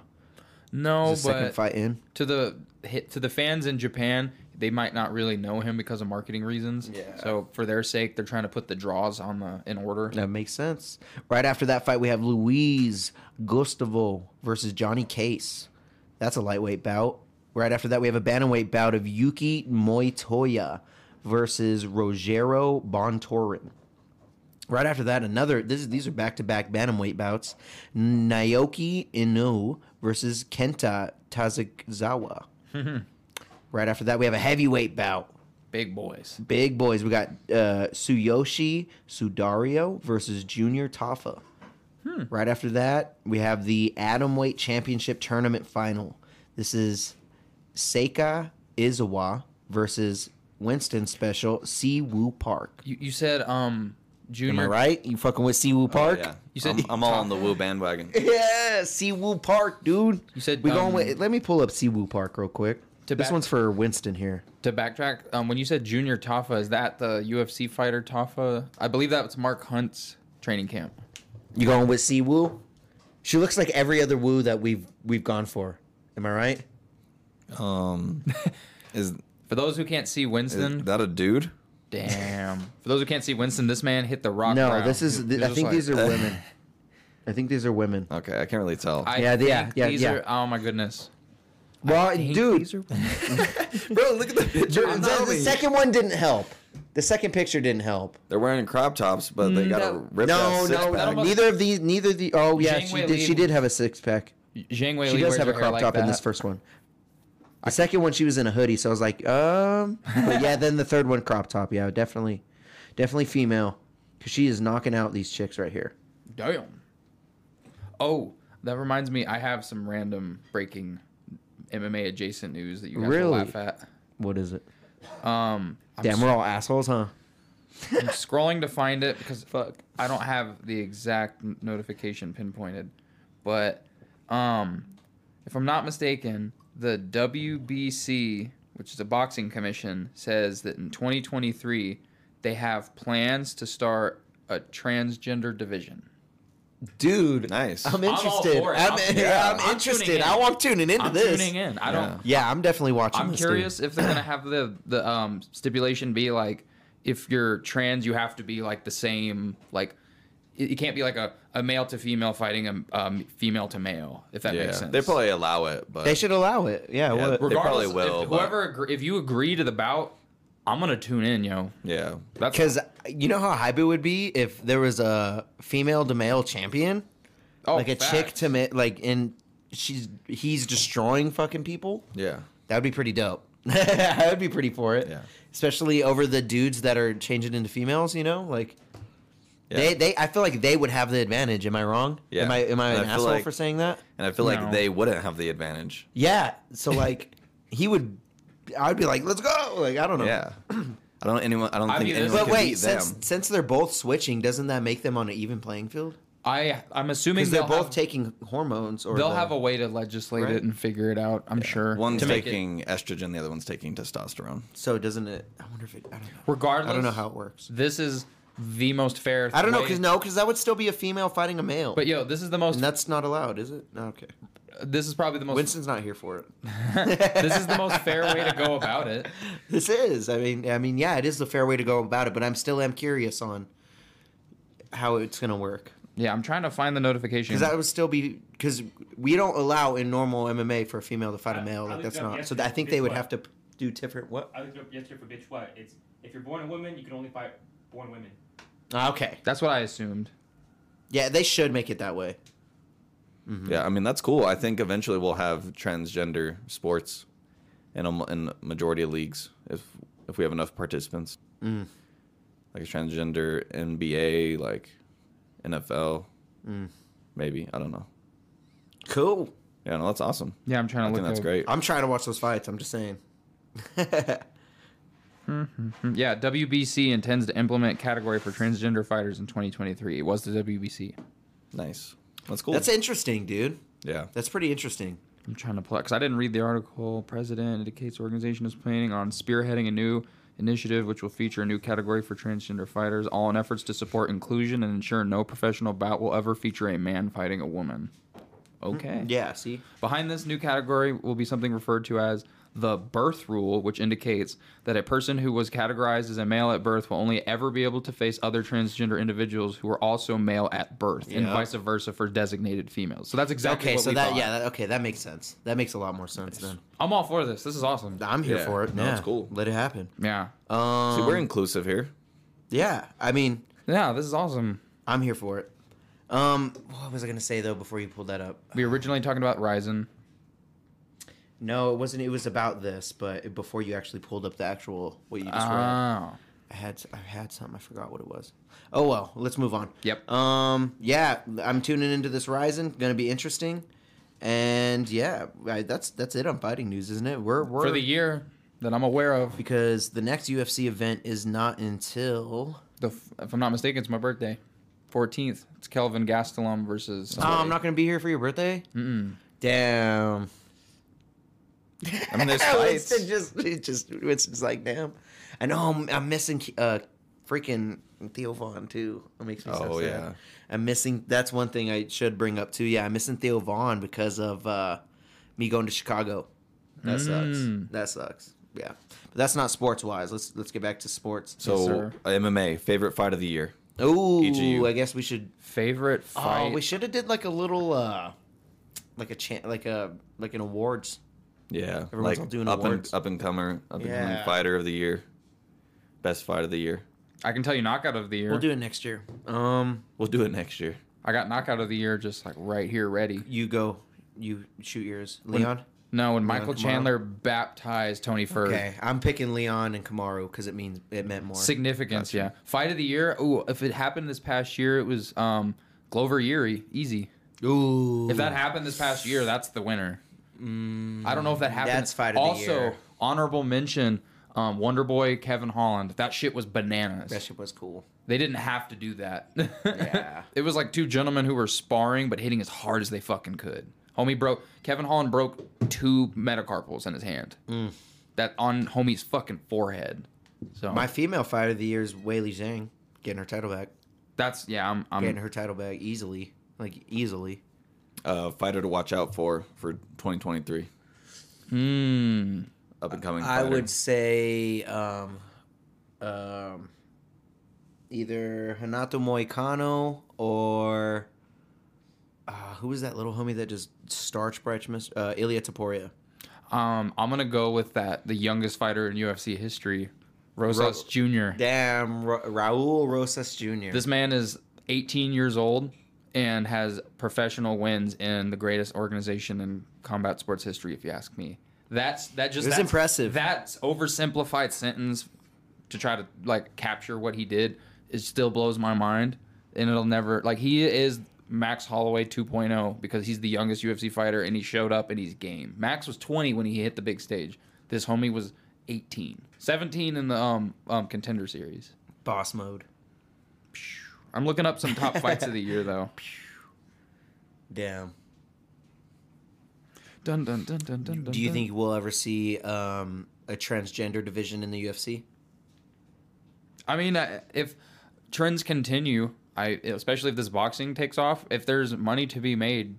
Speaker 3: No,
Speaker 4: He's the second
Speaker 3: but
Speaker 4: fight in.
Speaker 3: to the hit to the fans in Japan, they might not really know him because of marketing reasons.
Speaker 4: Yeah.
Speaker 3: So for their sake, they're trying to put the draws on the in order.
Speaker 4: That makes sense. Right after that fight, we have Luis Gustavo versus Johnny Case. That's a lightweight bout. Right after that, we have a bantamweight bout of Yuki Moitoya versus Rogero Bontorin. Right after that, another. This is, these are back to back bantamweight bouts. Naoki Inoue versus Kenta Tazazawa. right after that, we have a heavyweight bout
Speaker 3: Big boys.
Speaker 4: big boys. We got uh, Suyoshi Sudario versus Junior Tafa.
Speaker 3: Hmm.
Speaker 4: Right after that, we have the Atom Weight Championship Tournament Final. This is Seika Izawa versus Winston Special Si Woo Park.
Speaker 3: You, you said um
Speaker 4: Am
Speaker 3: junior
Speaker 4: I right? You fucking with
Speaker 3: Oh,
Speaker 4: Si Woo Park?
Speaker 5: Yeah.
Speaker 3: You said-
Speaker 5: I'm, I'm all on the woo bandwagon.
Speaker 4: Yeah, Siwoo Park, dude.
Speaker 3: You said,
Speaker 4: we going
Speaker 3: um,
Speaker 4: with. Let me pull up Siwoo Park real quick.
Speaker 3: To
Speaker 4: this
Speaker 3: back-
Speaker 4: one's for Winston here.
Speaker 3: To backtrack, um, when you said Junior Tafa, is that the UFC fighter Tafa? I believe that was Mark Hunt's training camp.
Speaker 4: You going with Siwoo? She looks like every other Woo that we've we've gone for. Am I right?
Speaker 5: Um, is,
Speaker 3: For those who can't see
Speaker 5: is
Speaker 3: Winston,
Speaker 5: that a dude?
Speaker 3: damn. For those who can't see Winston, this man hit the rock.
Speaker 4: no,
Speaker 3: ground.
Speaker 4: this is.
Speaker 3: He
Speaker 4: th-
Speaker 3: was
Speaker 4: I
Speaker 3: just
Speaker 4: think
Speaker 3: like,
Speaker 4: these are women. I think these are women.
Speaker 5: Okay, I can't really tell.
Speaker 3: I
Speaker 4: yeah, they- yeah,
Speaker 3: think
Speaker 4: yeah,
Speaker 3: these
Speaker 4: yeah.
Speaker 3: Are, oh my goodness.
Speaker 4: Well,
Speaker 3: think
Speaker 4: dude,
Speaker 3: these are-
Speaker 5: Bro, look at the picture.
Speaker 4: the, the second one didn't help. The second picture didn't help.
Speaker 5: They're wearing crop tops, but they got a
Speaker 3: No.
Speaker 5: ripped
Speaker 4: No,
Speaker 5: out six
Speaker 4: no,
Speaker 5: pack.
Speaker 3: almost-
Speaker 4: neither of these. Neither the. Oh yeah,
Speaker 3: Zhang
Speaker 4: she
Speaker 3: Wei
Speaker 4: did. She
Speaker 3: Li-
Speaker 4: deng have a six pack.
Speaker 3: Zhang Wei
Speaker 4: She
Speaker 3: Li
Speaker 4: does
Speaker 3: wears
Speaker 4: have a
Speaker 3: her hair
Speaker 4: crop
Speaker 3: like
Speaker 4: top in
Speaker 3: that.
Speaker 4: this first one. The second one, she was in a hoodie, so I was like, um. But yeah, then the third one, crop top. Yeah, definitely, definitely female, because she is knocking out these chicks right here.
Speaker 3: Damn. Oh, that reminds me. I have some random breaking MMA adjacent news that you guys
Speaker 4: Really?
Speaker 3: will laugh at.
Speaker 4: What is it?
Speaker 3: Um, I'm
Speaker 4: Damn, we're all assholes, huh?
Speaker 3: I'm scrolling to find it because fuck, I don't have the exact n- notification pinpointed, but um, if I'm not mistaken, the WBC, which is the boxing commission, says that in 2023 they have plans to start a transgender division.
Speaker 4: Dude,
Speaker 5: Nice.
Speaker 4: I'm
Speaker 3: all
Speaker 4: interested. I'm,
Speaker 3: for it. I'm-
Speaker 4: I'm,
Speaker 3: yeah, I'm
Speaker 4: interested.
Speaker 3: tuning in.
Speaker 4: I want tuning into
Speaker 3: I'm
Speaker 4: this.
Speaker 3: tuning in. I don't.
Speaker 4: Yeah, I'm definitely watching.
Speaker 3: I'm
Speaker 4: this, dude.
Speaker 3: curious if they're gonna have the the um, stipulation be like, if you're trans, you have to be like the same. Like, it, it can't be like a, a male to female fighting a um, female to male. If that
Speaker 5: yeah,
Speaker 3: makes sense.
Speaker 5: they probably allow it, but
Speaker 4: They should allow it. Yeah.
Speaker 5: Yeah,
Speaker 4: what-
Speaker 5: they probably
Speaker 3: Regardless,
Speaker 5: will,
Speaker 3: If,
Speaker 5: but-
Speaker 3: whoever agree, if you agree to the bout, I'm gonna tune in, yo.
Speaker 5: yeah,
Speaker 3: That's
Speaker 4: Because you know how hype it would be if there was a female to male champion,
Speaker 3: oh,
Speaker 4: like a chick
Speaker 3: facts.
Speaker 4: to ma- like, and she's he's destroying fucking people.
Speaker 5: yeah.
Speaker 4: That would be pretty dope. I would be pretty for it.
Speaker 5: Yeah.
Speaker 4: Especially over the dudes that are changing into females. You know, like
Speaker 5: Yeah.
Speaker 4: they they I feel like they would have the advantage. Am I wrong?
Speaker 5: Yeah.
Speaker 4: Am I am I
Speaker 5: And
Speaker 4: an
Speaker 5: I feel
Speaker 4: asshole
Speaker 5: like-
Speaker 4: for saying that?
Speaker 5: And I feel
Speaker 3: No.
Speaker 5: like they wouldn't have the advantage.
Speaker 4: Yeah. So like he would, I'd be like, let's go. Like I don't know.
Speaker 5: Yeah, I don't anyone. I don't
Speaker 3: I
Speaker 5: think
Speaker 3: mean,
Speaker 5: anyone
Speaker 3: this-
Speaker 4: But
Speaker 5: can
Speaker 4: wait,
Speaker 5: beat them.
Speaker 4: since since they're both switching, doesn't that make them on an even playing field?
Speaker 3: I I'm assuming
Speaker 4: Because they're
Speaker 3: they'll
Speaker 4: both
Speaker 3: have,
Speaker 4: taking hormones, or
Speaker 3: they'll
Speaker 4: the-
Speaker 3: have a way to legislate
Speaker 4: Right.
Speaker 3: it and figure it out. I'm sure.
Speaker 5: One's
Speaker 3: to make it-
Speaker 5: taking estrogen, the other one's taking testosterone.
Speaker 4: So doesn't it? I wonder if it. I don't know.
Speaker 3: regardless.
Speaker 4: I don't know how it works.
Speaker 3: This is the most fair.
Speaker 4: I don't know
Speaker 3: way-
Speaker 4: because no, because that would still be a female fighting a male,
Speaker 3: But yo, this is the most
Speaker 4: and that's not allowed, is it? No, Okay.
Speaker 3: this is probably the most
Speaker 4: Winston's not here for it.
Speaker 3: this is the most fair way to go about it.
Speaker 4: This is. I mean, I mean, yeah, it is the fair way to go about it, but I'm still am curious on how it's gonna work
Speaker 3: Yeah, I'm trying to find the notification.
Speaker 4: because that would still be because we don't allow in normal MMA for a female to fight a male. Like that's not. So I think they would have to do different. What?
Speaker 6: I looked it up yesterday for bitch what? It's if you're born a woman, you can only fight born women.
Speaker 4: Ah, Okay.
Speaker 3: That's what I assumed.
Speaker 4: Yeah, they should make it that way. Mm-hmm.
Speaker 5: Yeah, I mean that's cool. I think eventually we'll have transgender sports in a, in majority of leagues if if we have enough participants.
Speaker 4: Mm.
Speaker 5: Like a transgender NBA, like NFL,
Speaker 4: Mm.
Speaker 5: maybe I don't know.
Speaker 4: Cool.
Speaker 5: Yeah, no, that's awesome.
Speaker 3: Yeah, I'm trying
Speaker 5: I
Speaker 3: to
Speaker 5: think
Speaker 3: look.
Speaker 5: that's
Speaker 3: up-
Speaker 5: great.
Speaker 4: I'm trying to watch those fights. I'm just saying.
Speaker 3: Mm, Yeah, WBC intends to implement category for transgender fighters in 2023. It was the WBC.
Speaker 5: Nice. That's cool.
Speaker 4: That's interesting, dude.
Speaker 5: Yeah.
Speaker 4: That's pretty interesting.
Speaker 3: I'm trying to plug because I didn't read the article. President indicates organization is planning on spearheading a new initiative which will feature a new category for transgender fighters, all in efforts to support inclusion and ensure no professional bout will ever feature a man fighting a woman.
Speaker 5: Hmm,
Speaker 3: Okay.
Speaker 4: Yeah. See.
Speaker 3: Behind this new category will be something referred to as the birth rule, which indicates that a person who was categorized as a male at birth will only ever be able to face other transgender individuals who are also male at birth, and
Speaker 4: Yeah.
Speaker 3: vice versa for designated females. So that's exactly
Speaker 4: Okay.
Speaker 3: what
Speaker 4: So
Speaker 3: we
Speaker 4: that
Speaker 3: thought.
Speaker 4: yeah. That, okay. That makes sense. That makes a lot more sense then.
Speaker 3: I'm all for this. This is awesome.
Speaker 4: I'm here
Speaker 5: Yeah.
Speaker 4: for it.
Speaker 5: No,
Speaker 4: yeah.
Speaker 5: it's cool.
Speaker 4: Let it happen.
Speaker 3: Yeah,
Speaker 4: Um.
Speaker 5: See, we're inclusive here.
Speaker 4: yeah. I mean,
Speaker 3: yeah, this is awesome.
Speaker 4: I'm here for it. Um. What was I gonna say though before you pulled that up?
Speaker 3: We were originally talking about Ryzen.
Speaker 4: No, it wasn't. It was about this, but before you actually pulled up the actual what you just read,
Speaker 3: Oh,
Speaker 4: I had I had something. I forgot what it was. Oh well, let's move on.
Speaker 3: Yep.
Speaker 4: Um. Yeah, I'm tuning into this Rising. Gonna be interesting. And yeah, I, that's that's it on fighting news, isn't it? We're we're
Speaker 3: for the year that I'm aware of,
Speaker 4: because the next UFC event is not until.
Speaker 3: the, f- if I'm not mistaken, it's my birthday, 14th. It's Kelvin Gastelum versus.
Speaker 4: Oh, I'm not gonna be here for your birthday. Mm. Damn.
Speaker 5: I mean, there's fights.
Speaker 4: Winston just, it just, Winston's like, damn. I know I'm, I'm missing uh, freaking Theo Vaughn too. It makes me so
Speaker 5: Oh,
Speaker 4: sad.
Speaker 5: yeah.
Speaker 4: I'm missing. That's one thing I should bring up too. Yeah, I'm missing Theo Vaughn because of uh, me going to Chicago. That sucks. That sucks. Yeah, but that's not sports wise. Let's let's get back to sports.
Speaker 3: Yes,
Speaker 5: So
Speaker 3: sir.
Speaker 5: MMA favorite fight of the year. EGU.
Speaker 4: Oh, I guess we should.
Speaker 3: favorite fight.
Speaker 4: Oh, we should have did like a little, uh like a chan like a like an awards.
Speaker 5: Yeah,
Speaker 4: Everyone's all
Speaker 5: like
Speaker 4: doing
Speaker 5: up and
Speaker 4: awards.
Speaker 5: up and comer, up and
Speaker 4: Yeah.
Speaker 5: coming fighter of the year, best fight of the year.
Speaker 3: I can tell you knockout of the year.
Speaker 4: We'll do it next year. Um,
Speaker 5: We'll do it next year.
Speaker 3: I got knockout of the year just like right here ready.
Speaker 4: you go. You shoot yours, Leon.
Speaker 3: No, when Michael
Speaker 4: Kamaru.
Speaker 3: Chandler baptized Tony Ferg.
Speaker 4: Okay, I'm picking Leon and Kamaru because it means it meant more.
Speaker 3: Significance,
Speaker 4: Gotcha.
Speaker 3: yeah. Fight of the year. Ooh, if it happened this past year, it was um Glover Yuri. Easy.
Speaker 4: Ooh,
Speaker 3: If that happened this past year, that's the winner. I don't know if that happened.
Speaker 4: Mm, that's fight of the
Speaker 3: also,
Speaker 4: year.
Speaker 3: honorable mention, um, Wonder Boy Kevin Holland. That shit was bananas.
Speaker 4: that shit was cool.
Speaker 3: They didn't have to do that.
Speaker 4: Yeah.
Speaker 3: it was like two gentlemen who were sparring but hitting as hard as they fucking could. Homie broke Kevin Holland broke two metacarpals in his hand.
Speaker 4: Mm.
Speaker 3: That on homie's fucking forehead. So
Speaker 4: My female fight of the year is Weili Zhang getting her title back,
Speaker 3: that's yeah, I'm I'm
Speaker 4: getting her title back easily, like easily.
Speaker 5: Uh, fighter to watch out for for 2023.
Speaker 3: mm,
Speaker 5: Up and coming.
Speaker 4: I
Speaker 5: fighter.
Speaker 4: would say, um, um, either Hanato Moicano or uh, who was that little homie that just starch brech mis- uh, Ilya Taporia.
Speaker 3: um I'm gonna go with that the youngest fighter in UFC history, Rosas Jr.
Speaker 4: Damn, Ra- Raul Rosas Jr.
Speaker 3: This man is 18 years old and has professional wins in the greatest organization in combat sports history, if you ask me. That's that just
Speaker 4: It was
Speaker 3: that's-
Speaker 4: impressive.
Speaker 3: That's oversimplified sentence to try to like capture what he did. It still blows my mind, and it'll never like he is Max Holloway 2.0 because he's the youngest UFC fighter and he showed up and he's game. Max was 20 when he hit the big stage. This homie was 18, 17 in the um, um contender series.
Speaker 4: boss mode.
Speaker 3: I'm looking up some top fights of the year though.
Speaker 4: Damn.
Speaker 3: Dun dun dun dun dun. dun
Speaker 4: Do you think we'll ever see um, a transgender division in the UFC?
Speaker 3: I mean, uh, if trends continue, I especially if this boxing takes off, if there's money to be made,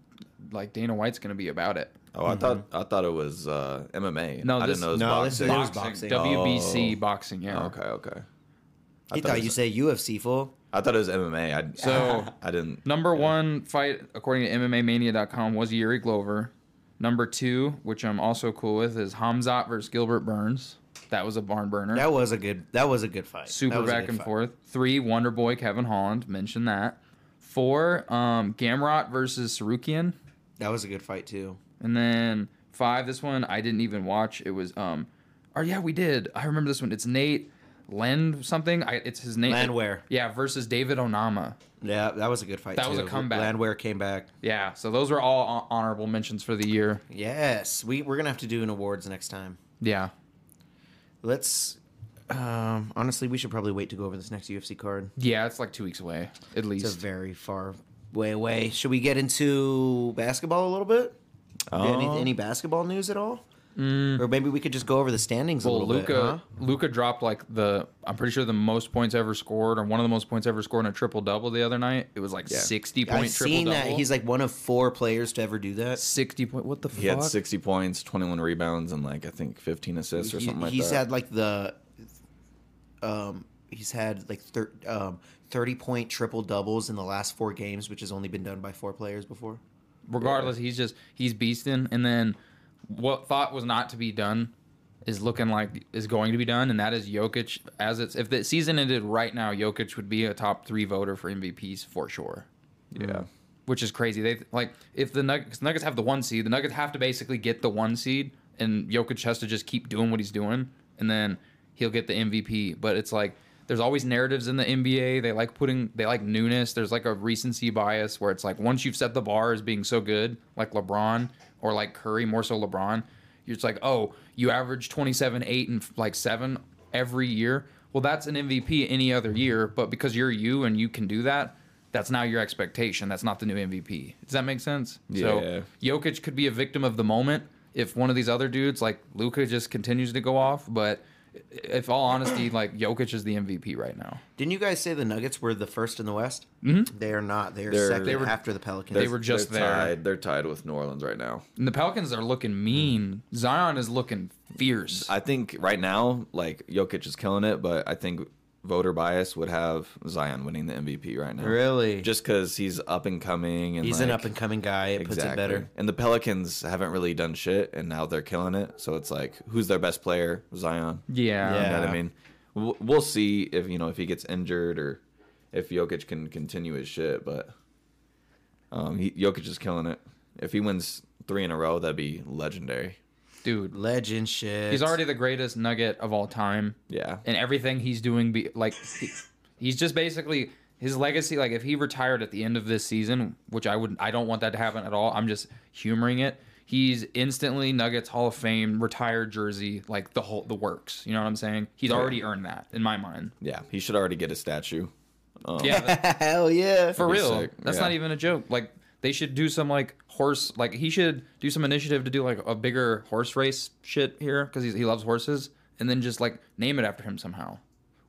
Speaker 3: like Dana White's gonna be about it.
Speaker 5: Oh, I thought I thought it was uh, MMA.
Speaker 3: Mm-hmm. No,
Speaker 5: I
Speaker 3: this-
Speaker 5: didn't know it was
Speaker 4: no, this
Speaker 5: boxing.
Speaker 4: is- boxing.
Speaker 3: WBC boxing. Yeah.
Speaker 5: Oh, okay, okay. I
Speaker 4: He
Speaker 5: thought
Speaker 4: thought,
Speaker 5: it
Speaker 4: you
Speaker 5: was-
Speaker 4: said UFC fool.
Speaker 5: I thought it was MMA. I,
Speaker 3: So-
Speaker 5: I didn't.
Speaker 3: Number one fight, according to MMAmania.com, was Yuri Glover. Number two, which I'm also cool with, is Hamzat versus Gilbert Burns. That was a barn burner.
Speaker 4: That was a good. That was a good fight. That
Speaker 3: Super
Speaker 4: was a
Speaker 3: back
Speaker 4: good
Speaker 3: and
Speaker 4: fight.
Speaker 3: forth. Three, Wonder Boy Kevin Holland. Mentioned that. Four, um, Gamrot versus Sarukian.
Speaker 4: That was a good fight too.
Speaker 3: And then five, this one I didn't even watch. It was um, oh yeah, we did. I remember this one. It's Nate Lend something. I, it's his name.
Speaker 4: Landwehr.
Speaker 3: Yeah, versus David Onama.
Speaker 4: Yeah, that was a good fight.
Speaker 3: That was
Speaker 4: too.
Speaker 3: a comeback.
Speaker 4: Landwear came back.
Speaker 3: Yeah. So those were all hon- honorable mentions for the year.
Speaker 4: Yes, we we're gonna have to do an awards next time.
Speaker 3: Yeah.
Speaker 4: Let's. Um, honestly, we should probably wait to go over this next UFC card.
Speaker 3: Yeah, it's like two weeks away at
Speaker 4: It's a
Speaker 3: least.
Speaker 4: very far way away. Should we get into basketball a little bit? Do you have
Speaker 3: Um,
Speaker 5: Oh.
Speaker 4: any, any basketball news at all? Or maybe we could just go over the standings a
Speaker 3: mm. well,
Speaker 4: little
Speaker 3: Luca
Speaker 4: bit. Huh?
Speaker 3: Luca dropped like the I'm pretty sure the most points ever scored or one of the most points ever scored in a triple double the other night. It was like sixty point
Speaker 4: I've
Speaker 3: triple
Speaker 4: seen that
Speaker 3: double.
Speaker 4: he's like one of four players to ever do that.
Speaker 3: sixty point. What the fuck?
Speaker 5: He had 60 points, 21 rebounds, and like I think 15 assists or
Speaker 4: He-
Speaker 5: something like
Speaker 4: he's
Speaker 5: that.
Speaker 4: had like the, um, he's had like thir- um, thirty point triple doubles in the last four games, which has only been done by four players before.
Speaker 3: regardless, he's just he's beasting. And then what thought was not to be done is looking like is going to be done, and that is Jokic. As it's if the season ended right now, Jokic would be a top three voter for MVPs for sure.
Speaker 5: yeah.
Speaker 3: Which is crazy. They like if the Nuggets, Nuggets have the one seed, the Nuggets have to basically get the one seed, and Jokic has to just keep doing what he's doing, and then he'll get the MVP. But it's like there's always narratives in the NBA. They like putting they like newness. There's like a recency bias where it's like once you've set the bar as being so good, like LeBron or like Curry, more so LeBron, you're just like, oh, you average 27, eight, and like seven every year. Well, that's an MVP any other year, but because you're you and you can do that, that's now your expectation. That's not the new MVP. Does that make sense? So Jokic could be a victim of the moment if one of these other dudes like Luca just continues to go off. But if all honesty, like Jokic is the MVP right now.
Speaker 4: Didn't you guys say the Nuggets were the first in the West? Mm-hmm. They are not. They are
Speaker 5: They're-
Speaker 4: second
Speaker 5: They
Speaker 3: were-
Speaker 4: after the Pelicans.
Speaker 3: they were just
Speaker 5: they're
Speaker 3: there.
Speaker 5: Tied. They're tied with New Orleans right now.
Speaker 3: And the Pelicans are looking mean. Zion is looking fierce.
Speaker 5: I think right now, like Jokic is killing it, but I think voter bias would have Zion winning the MVP right now.
Speaker 4: really.
Speaker 5: Just because he's up and coming, and
Speaker 4: he's an
Speaker 5: like-
Speaker 4: up and coming guy. It puts it
Speaker 5: Exactly.
Speaker 4: better.
Speaker 5: And the Pelicans haven't really done shit, and now they're killing it. So it's like, who's their best player? Zion.
Speaker 3: yeah.
Speaker 5: You know what
Speaker 4: Yeah.
Speaker 5: I mean? W- We'll see if you know if he gets injured or if Jokic can continue his shit. But um, he, Jokic is killing it. If he wins three in a row, that'd be legendary.
Speaker 3: Dude,
Speaker 4: Legend shit.
Speaker 3: he's already the greatest nugget of all time.
Speaker 5: Yeah.
Speaker 3: and everything he's doing be like he, he's just basically his legacy like if he retired at the end of this season which i would i don't want that to happen at all i'm just humoring it he's instantly nuggets hall of fame retired jersey like the whole the works you know what i'm saying he's already earned that in my mind
Speaker 5: yeah, he should already get a statue.
Speaker 3: yeah that-
Speaker 4: hell yeah.
Speaker 3: for
Speaker 5: That'd be
Speaker 3: real.
Speaker 5: sick,
Speaker 3: That's
Speaker 5: yeah.
Speaker 3: not even a joke. Like they should do some like horse. Like he should do some initiative to do like a bigger horse race shit here because he loves horses, and then just like name it after him somehow,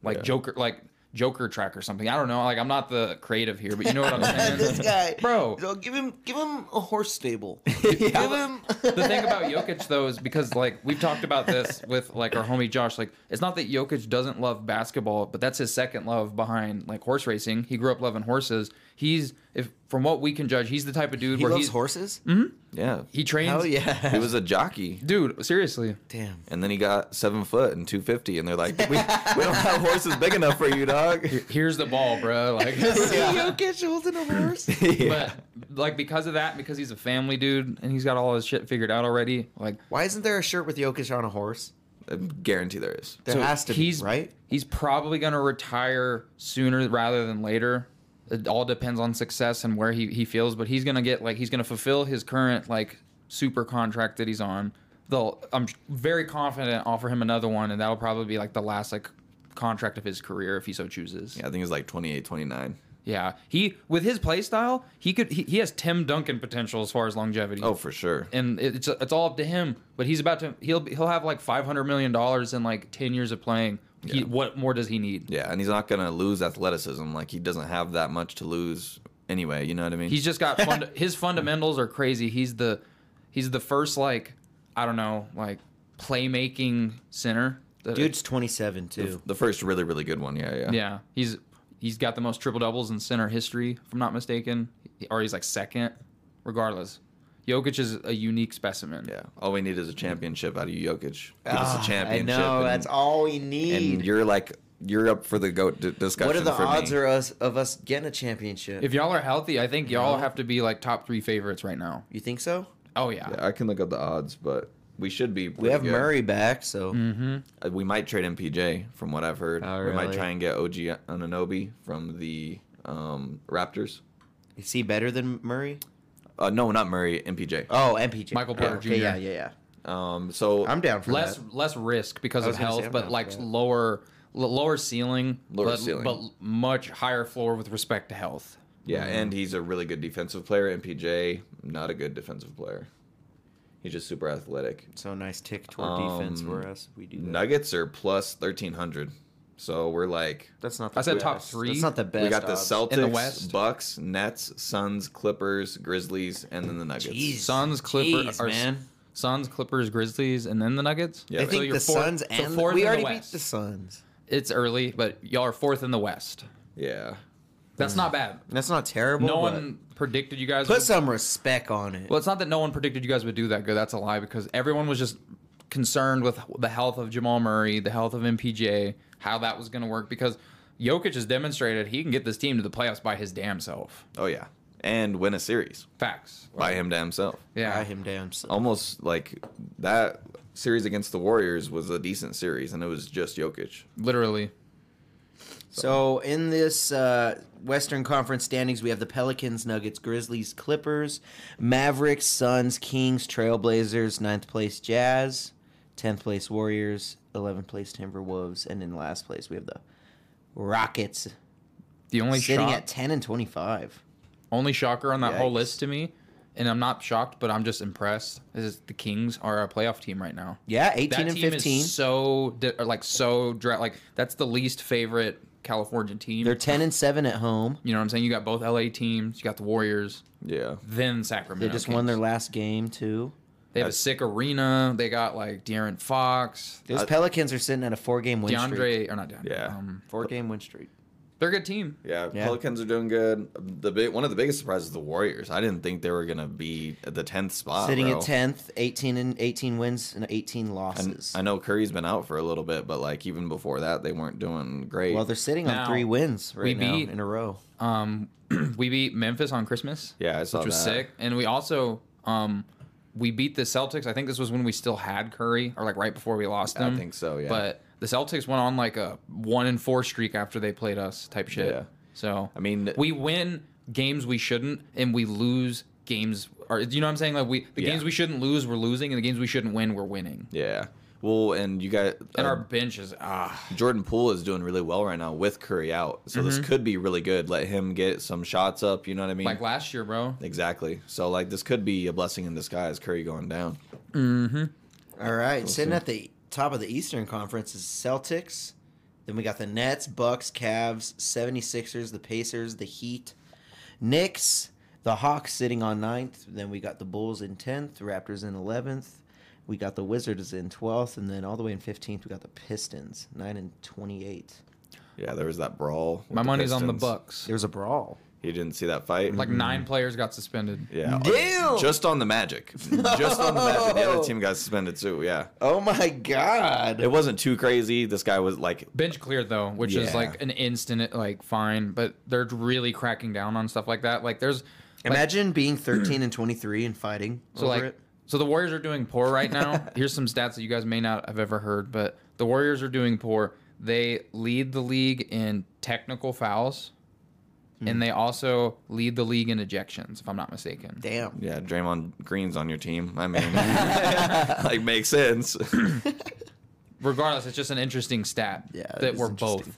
Speaker 3: like Joker, like Joker track or something. I don't know. Like I'm not the creative here, but you know what I'm saying.
Speaker 4: this guy,
Speaker 3: Bro.
Speaker 4: So give him, give him a horse stable. give him.
Speaker 3: the thing about Jokic though is because like we've talked about this with like our homie Josh. Like it's not that Jokic doesn't love basketball, but that's his second love behind like horse racing. He grew up loving horses. He's if from what we can judge, he's the type of dude
Speaker 4: He
Speaker 3: where
Speaker 4: loves
Speaker 3: he's
Speaker 4: horses.
Speaker 3: Mm-hmm.
Speaker 5: Yeah.
Speaker 3: he trains.
Speaker 4: Hell yeah.
Speaker 5: He was a jockey,
Speaker 3: Dude, seriously.
Speaker 4: Damn.
Speaker 5: and then he got seven foot and two fifty, and they're like, we, we don't have horses big enough for you, dog.
Speaker 3: Here's the ball, bro. Like,
Speaker 4: Jokic holding a horse.
Speaker 3: but like because of that, because he's a family dude and he's got all his shit figured out already. Like,
Speaker 4: Why isn't there a shirt with Jokic on a horse?
Speaker 5: I guarantee there is.
Speaker 4: There has to
Speaker 3: he's
Speaker 4: be, right?
Speaker 3: He's probably gonna retire sooner rather than later. It all depends on success and where he, he feels, but he's gonna get like he's gonna fulfill his current like super contract that he's on. They'll I'm very confident offer him another one, and that'll probably be like the last like contract of his career if he so chooses.
Speaker 5: Yeah, I think it's like 28, 29.
Speaker 3: Yeah, he with his play style, he could he, he has Tim Duncan potential as far as longevity.
Speaker 5: Oh, for sure.
Speaker 3: and it- it's it's all up to him. But he's about to he'll be- he'll have like five hundred million dollars in like ten years of playing. He, what more does he need?
Speaker 5: Yeah, and he's not gonna lose athleticism. Like he doesn't have that much to lose anyway. You know what I mean?
Speaker 3: He's just got fund- his fundamentals are crazy. He's the he's the first like I don't know like playmaking center. that-
Speaker 4: Dude's 27 too.
Speaker 5: the first really really good one. Yeah, yeah.
Speaker 3: yeah, he's he's got the most triple doubles in center history, if I'm not mistaken, or he's like second. Regardless, Jokic is a unique specimen.
Speaker 5: Yeah. All we need is a championship out of you, Jokic. Give us
Speaker 4: Ah,
Speaker 5: a championship.
Speaker 4: I know
Speaker 5: and,
Speaker 4: that's all we
Speaker 5: And
Speaker 4: need.
Speaker 5: you're like you're up for the goat d- discussion.
Speaker 4: What are the
Speaker 5: for
Speaker 4: odds
Speaker 5: me.
Speaker 4: are us of us getting a championship?
Speaker 3: If y'all are healthy, I think y'all
Speaker 4: Yeah.
Speaker 3: have to be like top three favorites right now.
Speaker 4: you think so?
Speaker 3: Oh yeah,
Speaker 5: Yeah, I can look up the odds, but we should be.
Speaker 4: We
Speaker 5: pretty
Speaker 4: have
Speaker 5: good.
Speaker 4: Murray back, so
Speaker 3: Mm.
Speaker 5: Uh, We might trade MPJ from what I've heard.
Speaker 4: Oh,
Speaker 5: We might
Speaker 4: really?
Speaker 5: try and get OG Ananobi from the um, Raptors.
Speaker 4: is he better than Murray?
Speaker 5: Uh, no, not Murray. MPJ.
Speaker 4: Oh, MPJ.
Speaker 3: Michael
Speaker 4: Yeah,
Speaker 3: Porter
Speaker 4: okay,
Speaker 3: Jr..
Speaker 4: Yeah, yeah, yeah.
Speaker 5: Um, so
Speaker 4: I'm down for
Speaker 3: less
Speaker 4: that.
Speaker 3: less risk because
Speaker 4: I
Speaker 3: of
Speaker 4: was gonna say,
Speaker 3: health,
Speaker 4: I'm
Speaker 3: but
Speaker 4: down
Speaker 3: like
Speaker 4: for that.
Speaker 3: lower l- lower ceiling,
Speaker 5: Lower
Speaker 3: but,
Speaker 5: ceiling.
Speaker 3: but much higher floor with respect to health.
Speaker 5: Yeah, and he's a really good defensive player. MPJ, not a good defensive player. He's just super athletic.
Speaker 4: So nice tick toward defense
Speaker 5: Um,
Speaker 4: for us. We do that.
Speaker 5: Nuggets are plus thirteen hundred, so we're like
Speaker 4: That's not.
Speaker 3: I said top
Speaker 4: best.
Speaker 3: three.
Speaker 4: That's not the best.
Speaker 5: we got the
Speaker 4: odds.
Speaker 5: Celtics,
Speaker 3: In the West?
Speaker 5: Bucks, Nets, Suns, Clippers, Grizzlies, and then the Nuggets.
Speaker 4: Jeez.
Speaker 3: Suns, Clipper-
Speaker 4: Jeez,
Speaker 3: or-
Speaker 4: man.
Speaker 3: Suns, Clippers, Grizzlies, and then the Nuggets.
Speaker 5: Yeah,
Speaker 4: I
Speaker 5: but-
Speaker 4: think
Speaker 3: you're
Speaker 4: the
Speaker 3: fourth-
Speaker 4: Suns
Speaker 3: so
Speaker 4: and
Speaker 3: fourth
Speaker 4: we
Speaker 3: in the
Speaker 4: already beat
Speaker 3: West.
Speaker 4: the Suns.
Speaker 3: It's early, but y'all are fourth in the West.
Speaker 5: Yeah,
Speaker 3: That's not bad.
Speaker 4: That's not terrible.
Speaker 3: No
Speaker 4: but
Speaker 3: one predicted you guys.
Speaker 4: put
Speaker 3: Would,
Speaker 4: some respect on it.
Speaker 3: well, it's not that no one predicted you guys would do that good. That's a lie because everyone was just concerned with the health of Jamal Murray, the health of MPJ, how that was going to work because Jokic has demonstrated he can get this team to the playoffs by his damn self.
Speaker 5: oh yeah, and win a series
Speaker 3: Facts.
Speaker 5: by him to himself.
Speaker 3: Yeah.
Speaker 4: Tie him down. So.
Speaker 5: Almost like that series against the Warriors was a decent series, and it was just Jokic.
Speaker 3: Literally.
Speaker 4: So in this uh, Western Conference standings, we have the Pelicans, Nuggets, Grizzlies, Clippers, Mavericks, Suns, Kings, Trailblazers, ninth place Jazz, tenth place Warriors, eleventh place Timberwolves, and in last place we have the Rockets,
Speaker 3: The only
Speaker 4: sitting
Speaker 3: shot,
Speaker 4: at ten and twenty-five.
Speaker 3: only shocker on that whole
Speaker 4: Yikes.
Speaker 3: list to me, and I'm not shocked, but I'm just impressed. Is the Kings are our playoff team right now.
Speaker 4: Yeah,
Speaker 3: That
Speaker 4: eighteen and
Speaker 3: team
Speaker 4: fifteen.
Speaker 3: is so di- or, like so dra- like that's the least favorite California team.
Speaker 4: They're ten and seven at home.
Speaker 3: you know what I'm saying? You got both LA teams. You got the Warriors,
Speaker 5: Yeah,
Speaker 3: then
Speaker 4: They
Speaker 3: Sacramento.
Speaker 4: just won their
Speaker 3: Kings.
Speaker 4: last game too.
Speaker 3: They have a sick arena. They got like De'Aaron Fox,
Speaker 4: Those
Speaker 5: I-
Speaker 4: Uh, Pelicans are sitting at a four-game win streak.
Speaker 3: DeAndre, or not DeAndre.
Speaker 5: Yeah.
Speaker 3: um,
Speaker 4: Four-game win streak.
Speaker 3: they're a good team.
Speaker 5: yeah.
Speaker 4: Yeah.
Speaker 5: Pelicans are doing good. The big one of the biggest surprises is the Warriors. I didn't think they were gonna be at the tenth spot.
Speaker 4: Sitting
Speaker 5: bro.
Speaker 4: at tenth, eighteen and eighteen wins and eighteen
Speaker 5: And
Speaker 4: losses.
Speaker 5: I know Curry's been out for a little bit, but like even before that, they weren't doing great.
Speaker 4: Well, they're sitting
Speaker 3: Now,
Speaker 4: on three wins
Speaker 3: we
Speaker 4: right now
Speaker 3: beat-
Speaker 4: in a row.
Speaker 3: Um, we beat Memphis on Christmas.
Speaker 5: yeah, I saw
Speaker 3: which was
Speaker 5: that.
Speaker 3: sick. And we also um we beat the Celtics. I think this was when we still had Curry, or like right before we lost
Speaker 5: I
Speaker 3: them.
Speaker 5: think so, yeah.
Speaker 3: But the Celtics went on like a one and four streak after they played us, type shit.
Speaker 5: Yeah.
Speaker 3: So
Speaker 5: I mean,
Speaker 3: we win games we shouldn't, and we lose games. Or you know what I'm saying? Like we the
Speaker 5: Yeah.
Speaker 3: games we shouldn't lose, we're losing, and the games we shouldn't win, we're winning.
Speaker 5: yeah. Well, and you got
Speaker 3: And
Speaker 5: uh,
Speaker 4: Um,
Speaker 3: our bench is ah.
Speaker 5: Jordan Poole is doing really well right now with Curry out, so this could be really good. Let him get some shots up. You know what I mean?
Speaker 3: Mm-hmm. Like last year, bro.
Speaker 5: exactly. So like this could be a blessing in disguise. Curry going down.
Speaker 4: All right, sitting at the top of the Eastern Conference is Celtics. Then we got the Nets, Bucks, Cavs, 76ers, the Pacers, the Heat, Knicks, the Hawks sitting on ninth. Then we got the Bulls in 10th, Raptors in 11th. We got the Wizards in 12th. And then all the way in 15th, we got the Pistons, 9 and 28.
Speaker 5: Yeah, there was that brawl. with
Speaker 3: My money's on the
Speaker 5: Pistons.
Speaker 3: Bucks.
Speaker 4: There's a brawl.
Speaker 5: You didn't see that fight. Mm-hmm.
Speaker 3: Like nine players got suspended.
Speaker 5: yeah,
Speaker 4: Damn!
Speaker 5: just on the Magic, just on the Magic. The other team got suspended too. Yeah,
Speaker 4: Oh my God.
Speaker 5: it wasn't too crazy. This guy was like
Speaker 3: Bench cleared though, which is
Speaker 5: Yeah.
Speaker 3: like an instant like fine, but they're really cracking down on stuff like that. Like there's
Speaker 4: Imagine being 13 and 23 and fighting
Speaker 3: so
Speaker 4: over
Speaker 3: like
Speaker 4: it.
Speaker 3: so the Warriors are doing poor right now. Here's some stats that you guys may not have ever heard, but the Warriors are doing poor. They lead the league in technical fouls,
Speaker 4: Hmm.
Speaker 3: and they also lead the league in ejections, if I'm not mistaken.
Speaker 4: Damn.
Speaker 5: Yeah, Draymond Green's on your team. I mean, like makes sense.
Speaker 3: Regardless, it's just an interesting stat
Speaker 4: Yeah, that
Speaker 3: that
Speaker 4: is
Speaker 3: we're both.
Speaker 4: interesting.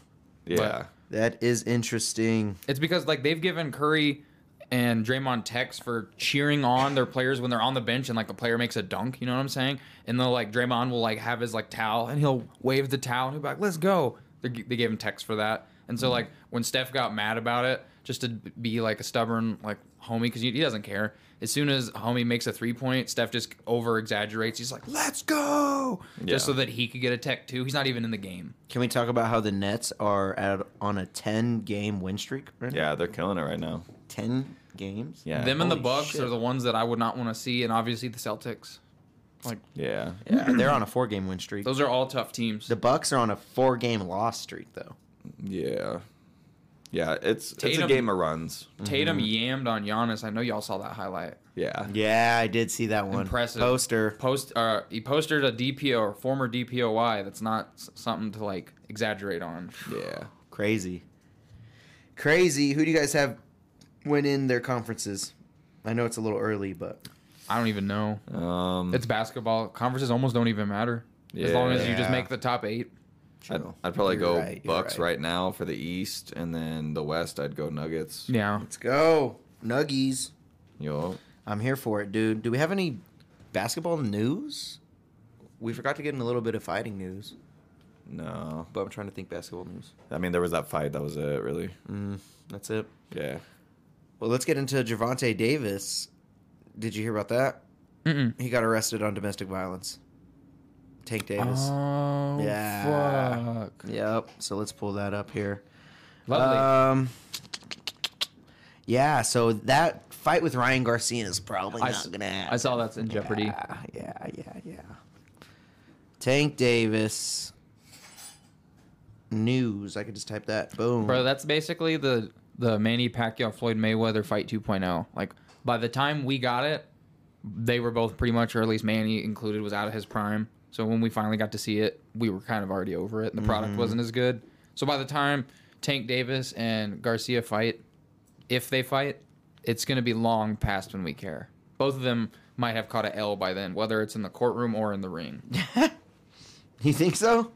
Speaker 5: yeah,
Speaker 4: That is interesting.
Speaker 3: It's because like they've given Curry and Draymond texts for cheering on their players when they're on the bench and like a player makes a dunk, you know what I'm saying? And they'll like Draymond will like have his like towel and he'll wave the towel and he'll be like, "Let's go." They, g- they gave him text for that, and so like when Steph got mad about it, just to be like a stubborn like homie because he he doesn't care. As soon as homie makes a three point, Steph just over exaggerates. He's like, "Let's go!"
Speaker 5: Yeah.
Speaker 3: Just so that he could get a tech too. He's not even in the game.
Speaker 4: Can we talk about how the Nets are at, on a 10 game win streak right now?
Speaker 5: Yeah, they're killing it right now.
Speaker 4: 10 games?
Speaker 5: Yeah.
Speaker 3: Them and the
Speaker 4: Holy
Speaker 3: Bucks
Speaker 4: shit.
Speaker 3: are the ones that I would not want to see, and obviously the Celtics.
Speaker 5: yeah.
Speaker 4: Yeah, they're on a four game win streak.
Speaker 3: Those are all tough teams.
Speaker 4: The Bucks are on a four game loss streak though.
Speaker 5: Yeah. Yeah, it's it's a
Speaker 3: Tatum-
Speaker 5: game of runs.
Speaker 3: Tatum
Speaker 4: Mm-hmm.
Speaker 3: yammed on Giannis. I know y'all saw that highlight.
Speaker 5: Yeah.
Speaker 4: Yeah, I did see that one.
Speaker 3: Impressive.
Speaker 4: poster.
Speaker 3: Post uh, he posted a DPO or former DPOY. That's not s- something to like exaggerate on.
Speaker 5: Yeah.
Speaker 4: Crazy, crazy. Who do you guys have win in their conferences? I know it's a little early, but
Speaker 3: I don't even know.
Speaker 4: Mm.
Speaker 5: Um
Speaker 3: It's basketball. Conferences almost don't even matter. As long as you just
Speaker 4: Yeah.
Speaker 3: make the top eight.
Speaker 5: I'd, I'd probably
Speaker 4: You're
Speaker 5: go
Speaker 4: right, you're
Speaker 5: Bucks
Speaker 4: right.
Speaker 5: right. now for the East, and then the West. I'd go Nuggets.
Speaker 3: Yeah.
Speaker 4: let's go Nuggies.
Speaker 5: Yo,
Speaker 4: I'm here for it, dude. Do we have any basketball news? We forgot to get in a little bit of fighting news,
Speaker 5: no.
Speaker 4: but I'm trying to think basketball news.
Speaker 5: I mean, there was that fight. That was it, really.
Speaker 4: That's it.
Speaker 5: Yeah.
Speaker 4: Well, let's get into Javante Davis. Did you hear about that?
Speaker 3: Mm-mm.
Speaker 4: He got arrested on domestic violence. Tank Davis.
Speaker 3: Oh
Speaker 4: Yeah.
Speaker 3: fuck.
Speaker 4: Yep. So let's pull that up here.
Speaker 3: Lovely.
Speaker 4: Um. Yeah. So that fight with Ryan Garcia is probably
Speaker 3: I,
Speaker 4: not
Speaker 3: s-
Speaker 4: gonna
Speaker 3: I
Speaker 4: happen.
Speaker 3: saw that's in Jeopardy.
Speaker 4: Yeah, yeah. Yeah. Yeah. Tank Davis. News. I could just type that. Boom.
Speaker 3: Bro, that's basically the the Manny Pacquiao Floyd Mayweather fight 2.0. Like by the time we got it, they were both pretty much, or at least Manny included, was out of his prime. So when we finally got to see it, we were kind of already over it, and the product wasn't as good. So by the time Tank Davis and Garcia fight, if they fight, it's going to be long past when we care. Both of them might have caught a L by then, whether it's in the courtroom or in the ring.
Speaker 4: you think so?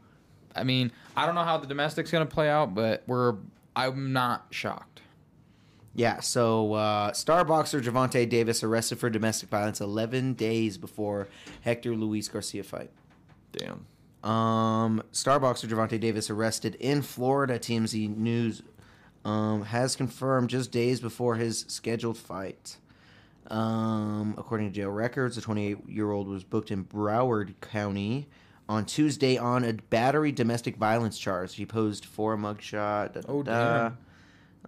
Speaker 3: I mean, I don't know how the domestic's going to play out, but we're I'm not shocked.
Speaker 4: Yeah, so uh, star boxer Javante Davis arrested for domestic violence 11 days before Hector Luis Garcia fight.
Speaker 5: Damn.
Speaker 4: Um, star boxer Javante Davis arrested in Florida, TMZ News um, has confirmed just days before his scheduled fight. Um, according to jail records, the 28 year old was booked in Broward County on Tuesday on a battery domestic violence charge. He posed for a mugshot. Da, da,
Speaker 3: Oh,
Speaker 4: da.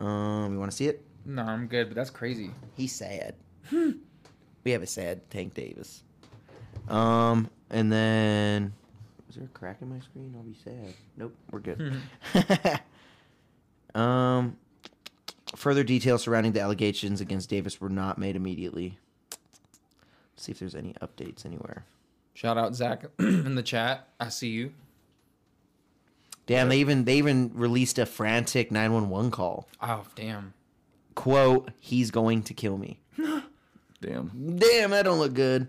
Speaker 4: Um, you want to see it?
Speaker 3: No, I'm good, but that's crazy.
Speaker 4: He's sad. we have a sad Tank Davis. Um, and then is there a crack in my screen? I'll be sad. Nope, we're good. um, further details surrounding the allegations against Davis were not made immediately. Let's see if there's any updates anywhere.
Speaker 3: Shout out Zach in the chat. I see you.
Speaker 4: Damn, they even they even released a frantic 911 call.
Speaker 3: Oh damn.
Speaker 4: Quote, he's going to kill me.
Speaker 5: Damn.
Speaker 4: Damn, that don't look good.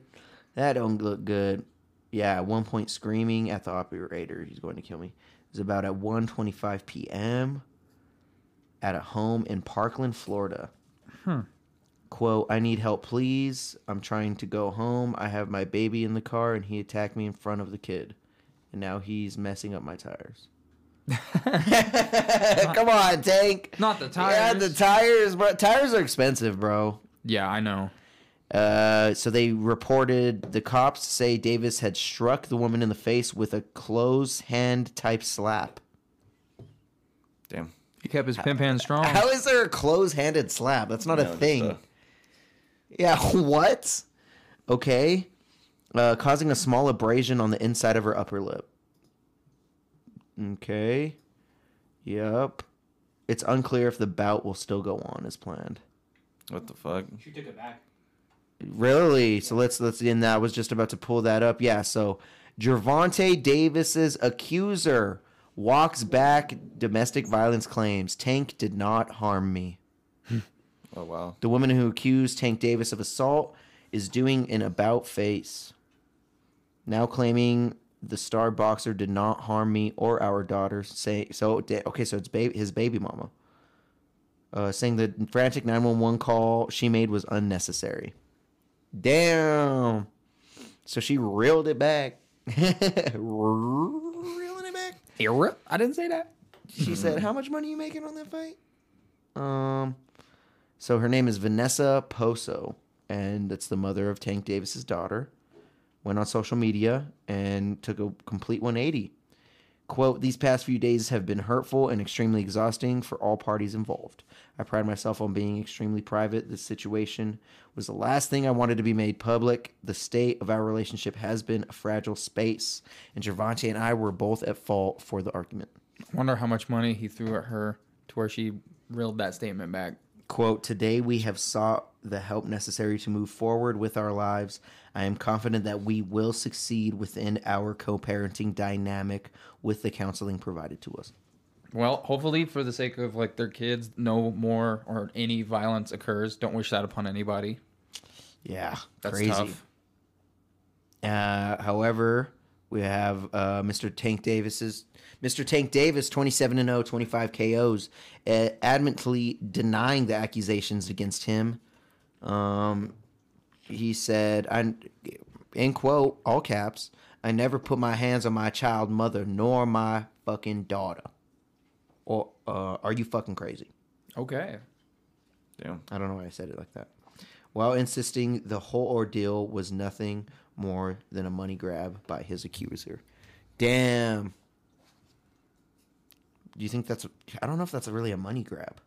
Speaker 4: That don't look good. Yeah, at one point screaming at the operator, he's going to kill me. It was about at 1.25 p.m. at a home in Parkland, Florida. Quote, I need help, please. I'm trying to go home. I have my baby in the car, and he attacked me in front of the kid. And now he's messing up my tires. Come on, Tank.
Speaker 3: Not the
Speaker 4: Yeah,
Speaker 3: tires.
Speaker 4: the tires, bro. Tires are expensive, bro.
Speaker 3: Yeah, I know.
Speaker 4: Uh, so they reported the cops say Davis had struck the woman in the face with a closed hand type slap.
Speaker 5: Damn.
Speaker 3: He kept his pimp hand strong.
Speaker 4: How is there a closed handed slap? That's not
Speaker 5: No,
Speaker 4: a
Speaker 5: just,
Speaker 4: thing.
Speaker 5: uh,
Speaker 4: Yeah, what? Okay. Uh, causing a small abrasion on the inside of her upper lip. Okay. Yep. It's unclear if the bout will still go on as planned.
Speaker 5: What the fuck?
Speaker 6: She took it back.
Speaker 4: Really? So let's let's end that. I was just about to pull that up. Yeah. So Gervonta Davis's accuser walks back domestic violence claims. Tank did not harm me.
Speaker 5: Oh wow.
Speaker 4: The woman who accused Tank Davis of assault is doing an about face. Now claiming the star boxer did not harm me or our daughter. Say so. da- Okay, so it's baby, his baby mama. Uh, saying the frantic 911 call she made was unnecessary. Damn. So she reeled it back. Reeling it back.
Speaker 3: Era? I didn't say that.
Speaker 4: She said, "How much money you making on that fight?" Um, So her name is Vanessa Poso, and that's the mother of Tank Davis's daughter. Went on social media and took a complete 180. Quote, these past few days have been hurtful and extremely exhausting for all parties involved. I pride myself on being extremely private. This situation was the last thing I wanted to be made public. The state of our relationship has been a fragile space, and Gervonta and I were both at fault for the argument.
Speaker 3: Wonder how much money he threw at her to where she reeled that statement back.
Speaker 4: quote today we have sought the help necessary to move forward with our lives i am confident that we will succeed within our co-parenting dynamic with the counseling provided to us
Speaker 3: Well, hopefully for the sake of like their kids, no more or any violence occurs. Don't wish that upon anybody.
Speaker 4: yeah
Speaker 3: That's
Speaker 4: crazy
Speaker 3: tough.
Speaker 4: Uh, however we have uh, mr tank davis's mr tank davis 27 and oh, 0 25 ko's uh, adamantly denying the accusations against him Um, he said, "I, in quote, all caps, I never put my hands on my child mother nor my fucking daughter." Or uh, are you fucking crazy?
Speaker 3: Okay.
Speaker 5: Damn.
Speaker 4: I don't know why I said it like that. While insisting the whole ordeal was nothing more than a money grab by his accuser. Damn. Do you think that's? I don't know if that's really a money grab.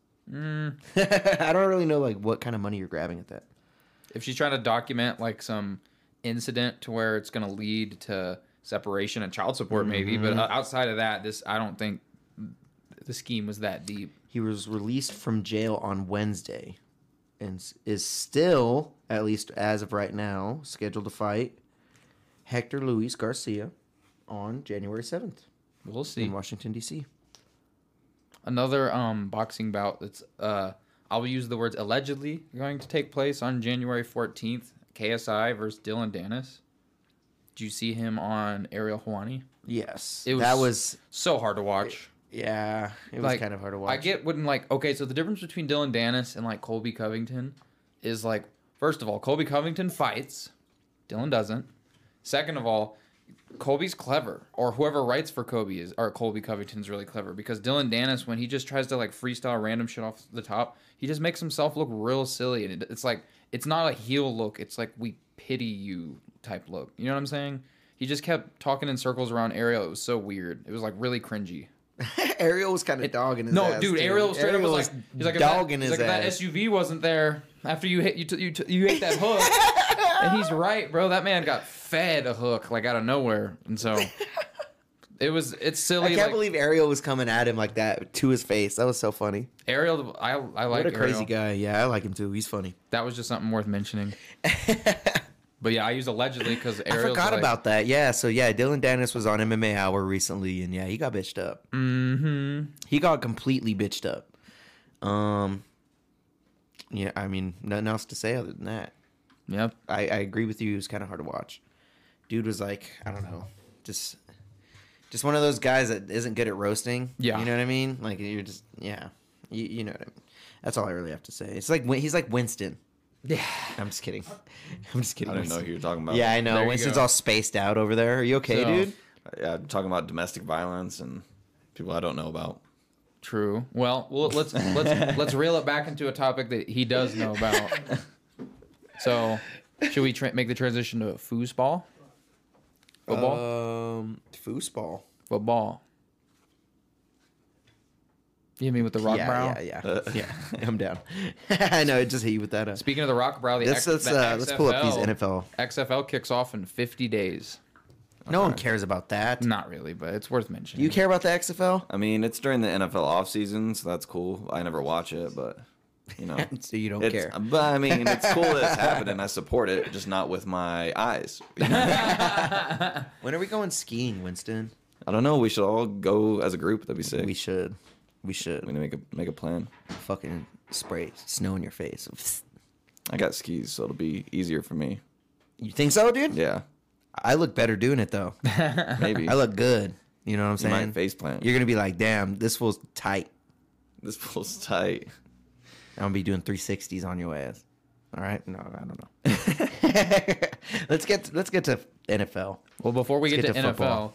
Speaker 4: I don't really know like what kind of money you're grabbing at that.
Speaker 3: If she's trying to document like some incident to where it's going to lead to separation and child support, maybe, but o- outside of that, this I don't think the scheme was that deep.
Speaker 4: He was released from jail on Wednesday and s- is still, at least as of right now, scheduled to fight Hector Luis Garcia on January 7th
Speaker 3: We'll see.
Speaker 4: in Washington, D.C.
Speaker 3: Mm-hmm. another um boxing bout that's uh I'll use the words allegedly going to take place on January 14th, KSI versus Dylan Dennis. Did you see him on Ariel Hawani?
Speaker 4: Yes.
Speaker 3: It
Speaker 4: that
Speaker 3: was-
Speaker 4: was,
Speaker 3: So hard to watch.
Speaker 4: yeah, it was
Speaker 3: like,
Speaker 4: kind of hard to watch.
Speaker 3: I get when like okay, so the difference between Dylan Dennis and like Colby Covington is like first of all, Colby Covington fights, Dylan doesn't. Second of all, Colby's clever, or whoever writes for Kobe is, or Colby Covington's really clever because Dylan Dennis, when he just tries to like freestyle random shit off the top, he just makes himself look real silly, and it, it's like it's not a heel look; it's like we pity you type look. You know what I'm saying? He just kept talking in circles around Ariel. It was so weird. It was like really cringy.
Speaker 4: Ariel was kind of dogging his
Speaker 3: No,
Speaker 4: ass,
Speaker 3: dude, Ariel straight
Speaker 4: Ariel
Speaker 3: up was like, he's like, if that-
Speaker 4: dogging
Speaker 3: he's
Speaker 4: his
Speaker 3: like,
Speaker 4: ass.
Speaker 3: If that SUV wasn't there after you hit you t- you, t- you hit that hook, and he's right, bro. That man got fed a hook like out of nowhere, and so it was it's
Speaker 4: I
Speaker 3: silly.
Speaker 4: can't
Speaker 3: like,
Speaker 4: believe Ariel was coming at him like that to his face. That was so funny.
Speaker 3: Ariel, I I like
Speaker 4: what a crazy
Speaker 3: Ariel.
Speaker 4: guy. Yeah, I like him too. He's funny.
Speaker 3: That was just something worth mentioning. but yeah, I use allegedly because
Speaker 4: I
Speaker 3: Ariel.
Speaker 4: forgot about that. Yeah. So yeah, Dylan Dennis was on MMA Hour recently, and yeah, he got bitched up. Mm-hmm. He got completely bitched up. Um. Yeah, I mean, nothing else to say other than that.
Speaker 3: Yep.
Speaker 4: I, I agree with you. It was kind of hard to watch. Dude was like, I don't know, just, just one of those guys that isn't good at roasting.
Speaker 3: Yeah.
Speaker 4: You know what I mean? Like you're just, yeah. You, you know what I mean? That's all I really have to say. It's like Win- he's like Winston.
Speaker 3: Yeah.
Speaker 4: I'm just kidding. I'm just kidding.
Speaker 5: I didn't know who
Speaker 4: Winston.
Speaker 5: you were talking about.
Speaker 4: Yeah, I
Speaker 3: There
Speaker 4: know.
Speaker 3: you
Speaker 4: Winston's
Speaker 3: go.
Speaker 4: all spaced out over there. Are you okay,
Speaker 3: So-
Speaker 4: dude?
Speaker 5: Yeah, I'm talking about domestic violence and people I don't know about.
Speaker 3: True. Well, well let's let's let's reel it back into a topic that he does know about. So, should we tra- make the transition to foosball? Football.
Speaker 4: Um, foosball.
Speaker 3: football. You mean with the rock
Speaker 4: yeah,
Speaker 3: brow?
Speaker 4: yeah, yeah,
Speaker 5: Uh.
Speaker 4: yeah. I'm down. I know. It just hit you with that. Uh,
Speaker 3: Speaking of the rock brow, the
Speaker 4: let's
Speaker 3: X-
Speaker 4: let's,
Speaker 3: the
Speaker 4: uh, let's pull up these NFL.
Speaker 3: XFL kicks off in 50 days.
Speaker 4: No one cares about that.
Speaker 3: Not really, but it's worth mentioning.
Speaker 4: You care about the XFL?
Speaker 5: I mean, it's during the NFL offseason, so that's cool. I never watch it, but you know,
Speaker 4: So you don't
Speaker 5: it's,
Speaker 4: care.
Speaker 5: But I mean, it's cool that it's happening. I support it, just not with my eyes. you know?
Speaker 4: When are we going skiing, Winston?
Speaker 5: I don't know. We should all go as a group. That'd be sick.
Speaker 4: We
Speaker 5: We,
Speaker 4: should. We should.
Speaker 5: need to make a make a plan.
Speaker 4: fucking spray snow in your face.
Speaker 5: I got skis, so it'll be easier for me.
Speaker 4: You think so, dude?
Speaker 5: Yeah,
Speaker 4: I look better doing it though.
Speaker 5: maybe.
Speaker 4: I look good. You know what I'm
Speaker 5: You might
Speaker 4: saying?
Speaker 5: face plant.
Speaker 4: You're gonna be like, damn, this was tight.
Speaker 5: This pool's tight.
Speaker 4: I'm gonna be doing 360s on your ass. All right? No, I don't know. let's get let's get to NFL.
Speaker 3: Well, before we
Speaker 4: Let's
Speaker 3: get,
Speaker 4: get
Speaker 3: to,
Speaker 4: to
Speaker 3: NFL,
Speaker 4: football.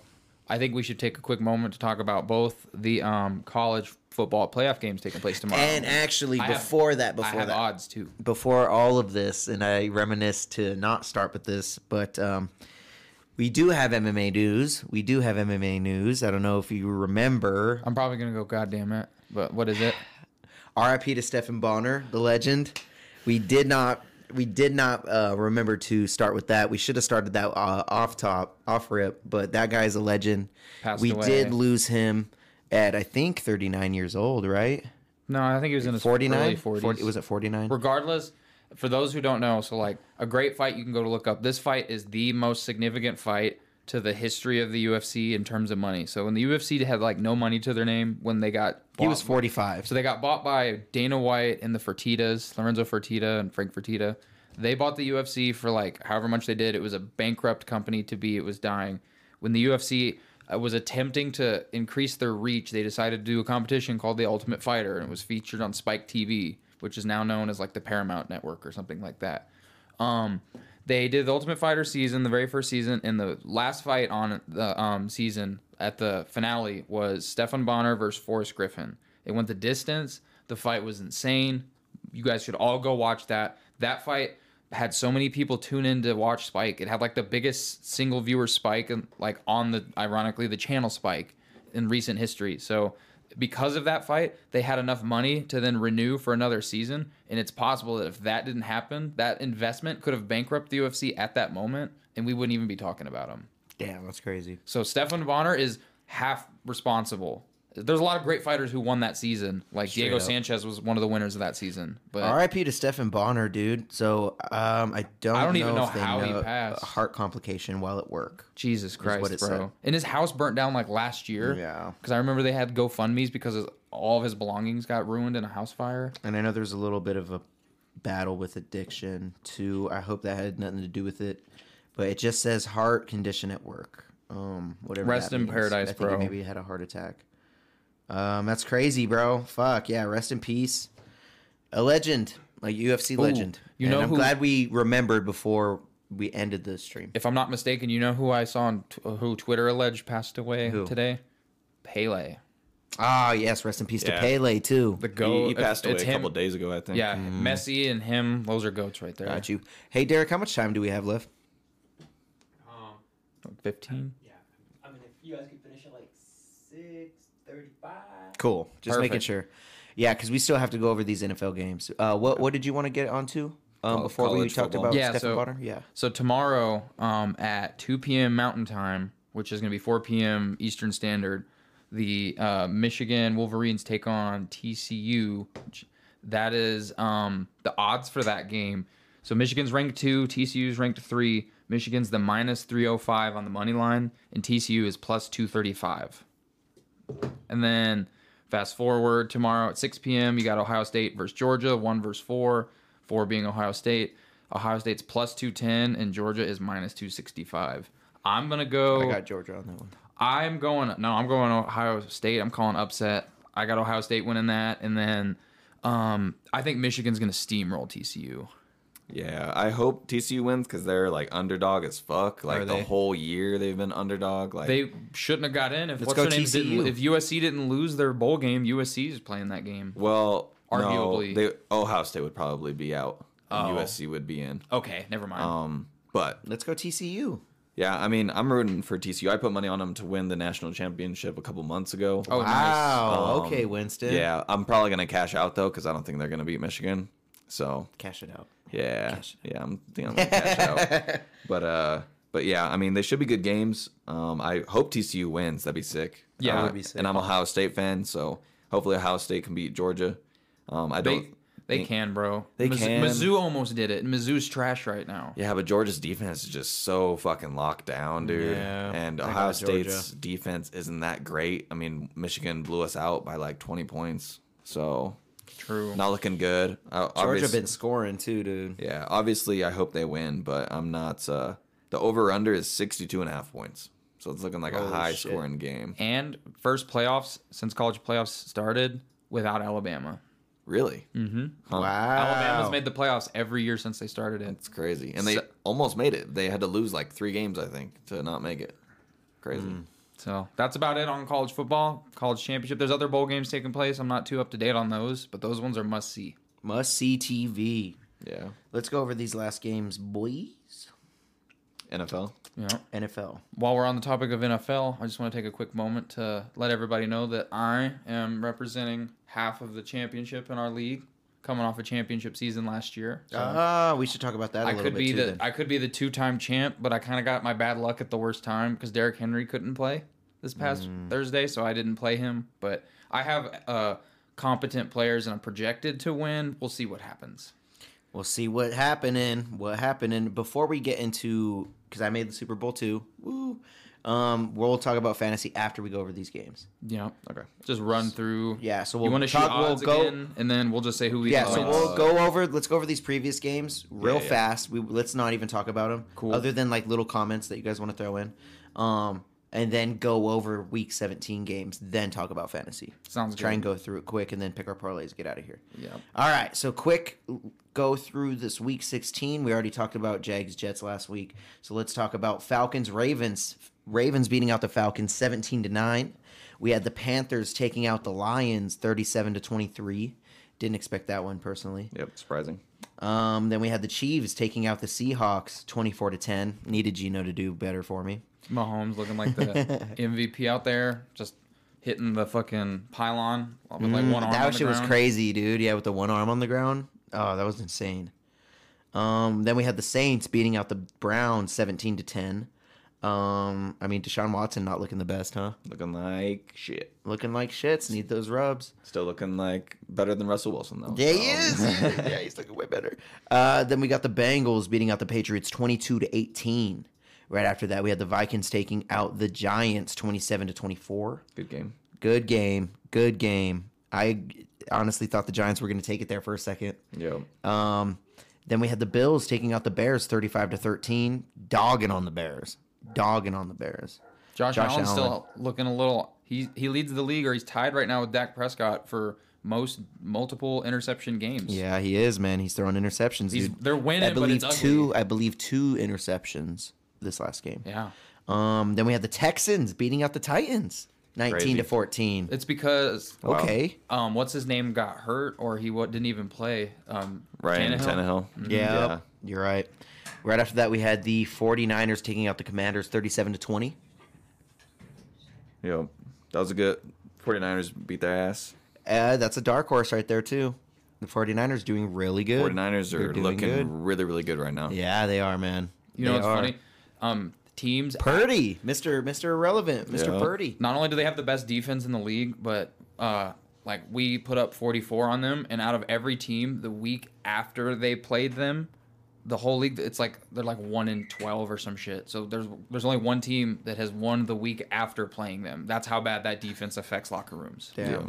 Speaker 3: I think we should take a quick moment to talk about both the um, college football playoff games taking place tomorrow.
Speaker 4: And actually,
Speaker 3: I have-
Speaker 4: before that,
Speaker 3: I
Speaker 4: before
Speaker 3: have
Speaker 4: that,
Speaker 3: odds too.
Speaker 4: before all of this, and I reminisce to not start with this, but um, we do have MMA news. We do have MMA news. I don't know if you remember.
Speaker 3: I'm probably gonna go. God damn it! But what is it?
Speaker 4: RIP to Stefan Bonner, the legend. We did not. We did not uh, remember to start with that. We should have started that uh, off top, off rip. But that guy's a legend.
Speaker 3: Passed
Speaker 4: we
Speaker 3: away.
Speaker 4: did lose him at I think 39 years old, right?
Speaker 3: No, I think he was in his
Speaker 4: 49.
Speaker 3: 49? 40s.
Speaker 4: 40, was it 49?
Speaker 3: regardless for those who don't know so like a great fight you can go to look up this fight is the most significant fight to the history of the UFC in terms of money so when the UFC had like no money to their name when they got
Speaker 4: He was
Speaker 3: bought-
Speaker 4: 45.
Speaker 3: so they got bought by Dana White and the Fertitas Lorenzo Fertita and Frank Fertitta they bought the UFC for like however much they did it was a bankrupt company to be it was dying when the UFC uh, was attempting to increase their reach they decided to do a competition called the Ultimate Fighter and it was featured on Spike TV which is now known as like the Paramount Network or something like that. Um, they did the Ultimate Fighter season, the very first season, and the last fight on the um, season at the finale was Stefan Bonner versus Forrest Griffin. It went the distance. The fight was insane. You guys should all go watch that. That fight had so many people tune in to watch Spike. It had like the biggest single viewer spike, and like on the ironically the channel Spike in recent history. So because of that fight, they had enough money to then renew for another season. And it's possible that if that didn't happen, that investment could have bankrupted the UFC at that moment, and we wouldn't even be talking about him.
Speaker 4: Damn, that's crazy.
Speaker 3: So Stefan Bonner is half responsible. There's a lot of great fighters who won that season. Like Diego
Speaker 4: up.
Speaker 3: Sanchez was one of the winners of that season. But
Speaker 4: R.I.P. to Stefan Bonner, dude. So um, I don't.
Speaker 3: I don't
Speaker 4: know
Speaker 3: even know
Speaker 4: if they
Speaker 3: how he
Speaker 4: know-
Speaker 3: passed.
Speaker 4: A heart complication while at work.
Speaker 3: Jesus Christ,
Speaker 4: what it
Speaker 3: bro!
Speaker 4: said.
Speaker 3: And his house burnt down like last year.
Speaker 4: Yeah.
Speaker 3: because I remember they had GoFundmes because his, all of his belongings got ruined in a house fire.
Speaker 4: And I know there's a little bit of a battle with addiction too. I hope that had nothing to do with it, but it just says heart condition at work. Um, whatever.
Speaker 3: Rest
Speaker 4: that
Speaker 3: in
Speaker 4: means.
Speaker 3: paradise,
Speaker 4: I think he
Speaker 3: bro.
Speaker 4: Maybe had a heart attack. Um, that's crazy, bro. Fuck yeah. Rest in peace. A legend, a UFC legend.
Speaker 3: you
Speaker 4: And
Speaker 3: know
Speaker 4: I'm
Speaker 3: who-
Speaker 4: glad we remembered before we ended the stream.
Speaker 3: if I'm not mistaken, you know who I saw on t- who Twitter alleged passed away
Speaker 4: Who?
Speaker 3: today? Pele,
Speaker 4: Ah, yes. Rest in peace to
Speaker 5: Yeah.
Speaker 4: Pele too.
Speaker 3: the
Speaker 5: He,
Speaker 3: goat.
Speaker 5: he passed
Speaker 3: It's-
Speaker 5: away
Speaker 3: it's
Speaker 5: a
Speaker 3: him.
Speaker 5: couple days ago, Mm. I think.
Speaker 3: Yeah,
Speaker 4: Mm-hmm.
Speaker 3: Messi and him. Those are goats right there.
Speaker 4: Got you. Hey, Derek, how much time do we have left?
Speaker 6: Um,
Speaker 3: Fifteen.
Speaker 6: yeah. I mean, if you guys could finish at like six thirty-five.
Speaker 4: Cool. Just making
Speaker 3: Perfect.
Speaker 4: sure. Yeah, because we still have to go over these NFL games. Uh, what what did you want to get onto um,
Speaker 5: Col-
Speaker 4: before we
Speaker 5: college
Speaker 4: talked
Speaker 5: football.
Speaker 4: about
Speaker 3: Yeah,
Speaker 4: Stephen
Speaker 3: so-
Speaker 4: Bonner? Yeah.
Speaker 3: So tomorrow um, at 2 p.m. Mountain Time, which is going to be 4 p.m. Eastern Standard, the uh, Michigan Wolverines take on TCU. which- That is um, the odds for that game. So Michigan's ranked two, TCU's ranked three. Michigan's the minus 305 on the money line, and TCU is plus 235. And then fast forward tomorrow at 6 p.m., you got Ohio State versus Georgia, one versus four, four being Ohio State. Ohio State's plus 210, and Georgia is minus 265. I'm going to go.
Speaker 4: I got Georgia on that one.
Speaker 3: I'm going. No, I'm going Ohio State. I'm calling upset. I got Ohio State winning that, and then um, I think Michigan's going to steamroll TCU.
Speaker 5: Yeah, I hope TCU wins because they're like underdog as fuck. Like the
Speaker 4: they?
Speaker 5: whole year they've been underdog. Like
Speaker 3: They shouldn't have got in if
Speaker 4: Let's
Speaker 3: what's
Speaker 4: go
Speaker 3: their name didn't.
Speaker 4: TCU.
Speaker 3: If USC didn't lose their bowl game, USC is playing that game.
Speaker 5: well,
Speaker 3: Arguably.
Speaker 5: arguably, they, Ohio State would probably be out.
Speaker 3: Oh.
Speaker 5: and USC would be in.
Speaker 3: Okay, never mind.
Speaker 5: Um, but
Speaker 4: Let's go TCU.
Speaker 5: yeah, I mean, I'm rooting for TCU. I put money on them to win the national championship a couple months ago.
Speaker 3: oh, nice.
Speaker 4: Wow.
Speaker 5: Um,
Speaker 4: okay, Winston.
Speaker 5: yeah, I'm probably gonna cash out though because I don't think they're gonna beat Michigan. So
Speaker 4: Cash it out.
Speaker 5: Yeah, yeah, I'm thinking I'm gonna cash out. But uh, but yeah, I mean they should be good games. Um, I hope TCU wins. That'd be sick.
Speaker 3: Yeah. That
Speaker 5: Uh,
Speaker 3: would
Speaker 4: be sick.
Speaker 5: and I'm an Ohio State fan, so hopefully Ohio State can beat Georgia. Um, I
Speaker 3: They
Speaker 5: don't.
Speaker 3: they
Speaker 5: think-
Speaker 3: can, bro.
Speaker 5: They
Speaker 3: Mizzou,
Speaker 5: can.
Speaker 3: Mizzou almost did it. and Mizzou's trash right now.
Speaker 5: Yeah, but Georgia's defense is just so fucking locked down, dude.
Speaker 4: Yeah,
Speaker 5: and
Speaker 4: I got
Speaker 5: Ohio
Speaker 4: Georgia.
Speaker 5: State's defense isn't that great. I mean, Michigan blew us out by like 20 points, so
Speaker 3: True.
Speaker 5: not looking good. Georgia
Speaker 4: Georgia been scoring too, dude.
Speaker 5: Yeah, obviously I hope they win, but I'm not uh the over under is 62 and a half points. So it's looking like a
Speaker 4: Holy
Speaker 5: high
Speaker 4: shit.
Speaker 5: scoring game.
Speaker 3: And first playoffs since college playoffs started without Alabama.
Speaker 5: Really?
Speaker 4: Wow.
Speaker 3: Alabama's made the playoffs every year since they started it.
Speaker 5: It's crazy. And they
Speaker 3: So-
Speaker 5: almost made it. They had to lose like 3 games I think to not make it. Crazy.
Speaker 3: So that's about it on college football, college championship. There's other bowl games taking place. I'm not too up to date on those, but those ones are must see.
Speaker 4: Must see TV.
Speaker 5: Yeah.
Speaker 4: Let's go over these last games, boys.
Speaker 5: NFL.
Speaker 3: Yeah.
Speaker 4: NFL.
Speaker 3: While we're on the topic of NFL, I just want to take a quick moment to let everybody know that I am representing half of the championship in our league, coming off a championship season last year. So
Speaker 4: Ah, we should talk about that a
Speaker 3: Uh-huh. I
Speaker 4: little
Speaker 3: could
Speaker 4: bit
Speaker 3: be
Speaker 4: too.
Speaker 3: the
Speaker 4: then.
Speaker 3: I could be the two time champ, but I kind of got my bad luck at the worst time because Derrick Henry couldn't play this past
Speaker 4: Mm.
Speaker 3: Thursday, so I didn't play him. But I have uh, competent players and I'm projected to win. We'll see what happens.
Speaker 4: We'll see what happening. What happening before we get into because I made the Super Bowl too. Woo. Um, we'll talk about fantasy after we go over these games.
Speaker 3: Yeah. Okay. Just run through.
Speaker 4: Yeah, so
Speaker 3: you
Speaker 4: we'll
Speaker 3: want to shoot
Speaker 4: talk- we'll
Speaker 3: odds
Speaker 4: go-
Speaker 3: again, and then we'll just say who we
Speaker 4: Yeah,
Speaker 3: think
Speaker 4: so
Speaker 3: wins.
Speaker 4: we'll go over. Let's go over these previous games real
Speaker 5: Yeah, yeah.
Speaker 4: fast. We let's not even talk about them.
Speaker 3: Cool.
Speaker 4: Other than like little comments that you guys want to throw in, um, and then go over Week 17 games. Then talk about fantasy.
Speaker 3: Sounds
Speaker 4: Try
Speaker 3: good.
Speaker 4: and go through it quick, and then pick our parlays. Get out of here.
Speaker 3: Yeah.
Speaker 4: All right, so quick go through this week 16. We already talked about Jags Jets last week. So let's talk about Falcons Ravens. Ravens beating out the Falcons 17 to 9. We had the Panthers taking out the Lions 37 to 23. Didn't expect that one personally.
Speaker 5: Yep. Surprising.
Speaker 4: Um, then we had the Chiefs taking out the Seahawks 24 to 10. Needed Gino to do better for me.
Speaker 3: Mahomes looking like the MVP out there, just hitting the fucking pylon with like one arm. on
Speaker 4: Mm, that
Speaker 3: the
Speaker 4: shit was
Speaker 3: ground.
Speaker 4: crazy, dude. Yeah, with the one arm on the ground. Oh, that was insane. Um, then we had the Saints beating out the Browns, seventeen to ten. Um, I mean Deshaun Watson not looking the best, huh?
Speaker 5: Looking like shit.
Speaker 4: Looking like shits. Need those rubs.
Speaker 5: Still looking like better than Russell Wilson though.
Speaker 4: Yeah, he is.
Speaker 5: so.
Speaker 4: yeah, he's looking way better. Uh, then we got the Bengals beating out the Patriots, twenty-two to eighteen. Right after that, we had the Vikings taking out the Giants, twenty-seven to twenty-four.
Speaker 5: Good game.
Speaker 4: Good game. Good game. I honestly thought the Giants were going to take it there for a second.
Speaker 5: Yep.
Speaker 4: Um, then we had the Bills taking out the Bears 35 to 13, dogging on the Bears, dogging on the Bears.
Speaker 3: Josh,
Speaker 4: Josh
Speaker 3: Allen's
Speaker 4: Allen.
Speaker 3: still looking a little. He he leads the league, or he's tied right now with Dak Prescott for most multiple interception games.
Speaker 4: Yeah, he is, man. He's throwing interceptions.
Speaker 3: He's-
Speaker 4: dude.
Speaker 3: they're winning,
Speaker 4: I
Speaker 3: but
Speaker 4: believe
Speaker 3: it's ugly.
Speaker 4: two. I believe two interceptions this last game.
Speaker 3: yeah.
Speaker 4: Um, then we had the Texans beating out the Titans 19 to
Speaker 5: Crazy.
Speaker 4: 14.
Speaker 3: It's because
Speaker 5: Wow.
Speaker 4: Okay.
Speaker 3: um, what's his name got hurt, or he what didn't even play. Um,
Speaker 5: Ryan
Speaker 3: Tannehill.
Speaker 5: Tannehill.
Speaker 4: Yeah. You're right. Right after that, we had the 49ers taking out the Commanders 37 to 20.
Speaker 5: Yep. That was a good 49ers beat their ass.
Speaker 4: Uh, that's a dark horse right there, too. The 49ers doing really good.
Speaker 5: 49ers
Speaker 4: They're
Speaker 5: are
Speaker 4: doing
Speaker 5: looking
Speaker 4: good.
Speaker 5: really, really good right now.
Speaker 4: Yeah, they are, man.
Speaker 3: You know
Speaker 4: They
Speaker 3: what's
Speaker 4: are.
Speaker 3: funny? Um, teams.
Speaker 4: Purdy, Mister Mister Irrelevant, Mister
Speaker 5: Yeah.
Speaker 4: Purdy.
Speaker 3: Not only do they have the best defense in the league, but uh, like we put up 44 on them, and out of every team, the week after they played them, the whole league it's like they're like one in 12 or some shit. So there's there's only one team that has won the week after playing them. That's how bad that defense affects locker rooms.
Speaker 4: Damn,
Speaker 5: Yeah.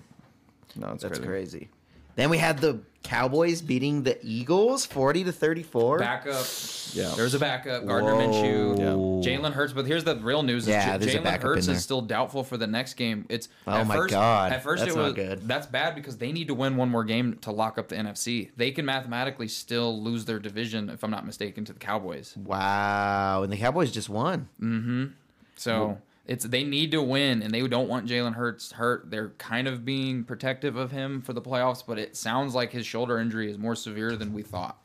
Speaker 5: No, it's
Speaker 4: that's
Speaker 5: crazy.
Speaker 4: crazy. Then we had the Cowboys beating the Eagles, forty to thirty-four.
Speaker 3: Backup.
Speaker 5: Yeah.
Speaker 3: There's a backup. Gardner
Speaker 4: Oh. Whoa.
Speaker 3: Minshew.
Speaker 4: Yeah.
Speaker 3: Jalen Hurts. But here's the real news: is
Speaker 4: Yeah,
Speaker 3: Ja-
Speaker 4: there's a
Speaker 3: Jalen
Speaker 4: backup in
Speaker 3: Hurts
Speaker 4: there.
Speaker 3: is still doubtful for the next game. It's
Speaker 4: Oh
Speaker 3: at
Speaker 4: my
Speaker 3: first,
Speaker 4: God.
Speaker 3: At first,
Speaker 4: That's
Speaker 3: it
Speaker 4: not
Speaker 3: was
Speaker 4: good.
Speaker 3: that's bad because they need to win one more game to lock up the NFC. They can mathematically still lose their division, if I'm not mistaken, to the Cowboys.
Speaker 4: Wow, and the Cowboys just won.
Speaker 3: So. It's they need to win, and they don't want Jalen Hurts hurt. They're kind of being protective of him for the playoffs, but it sounds like his shoulder injury is more severe than we thought.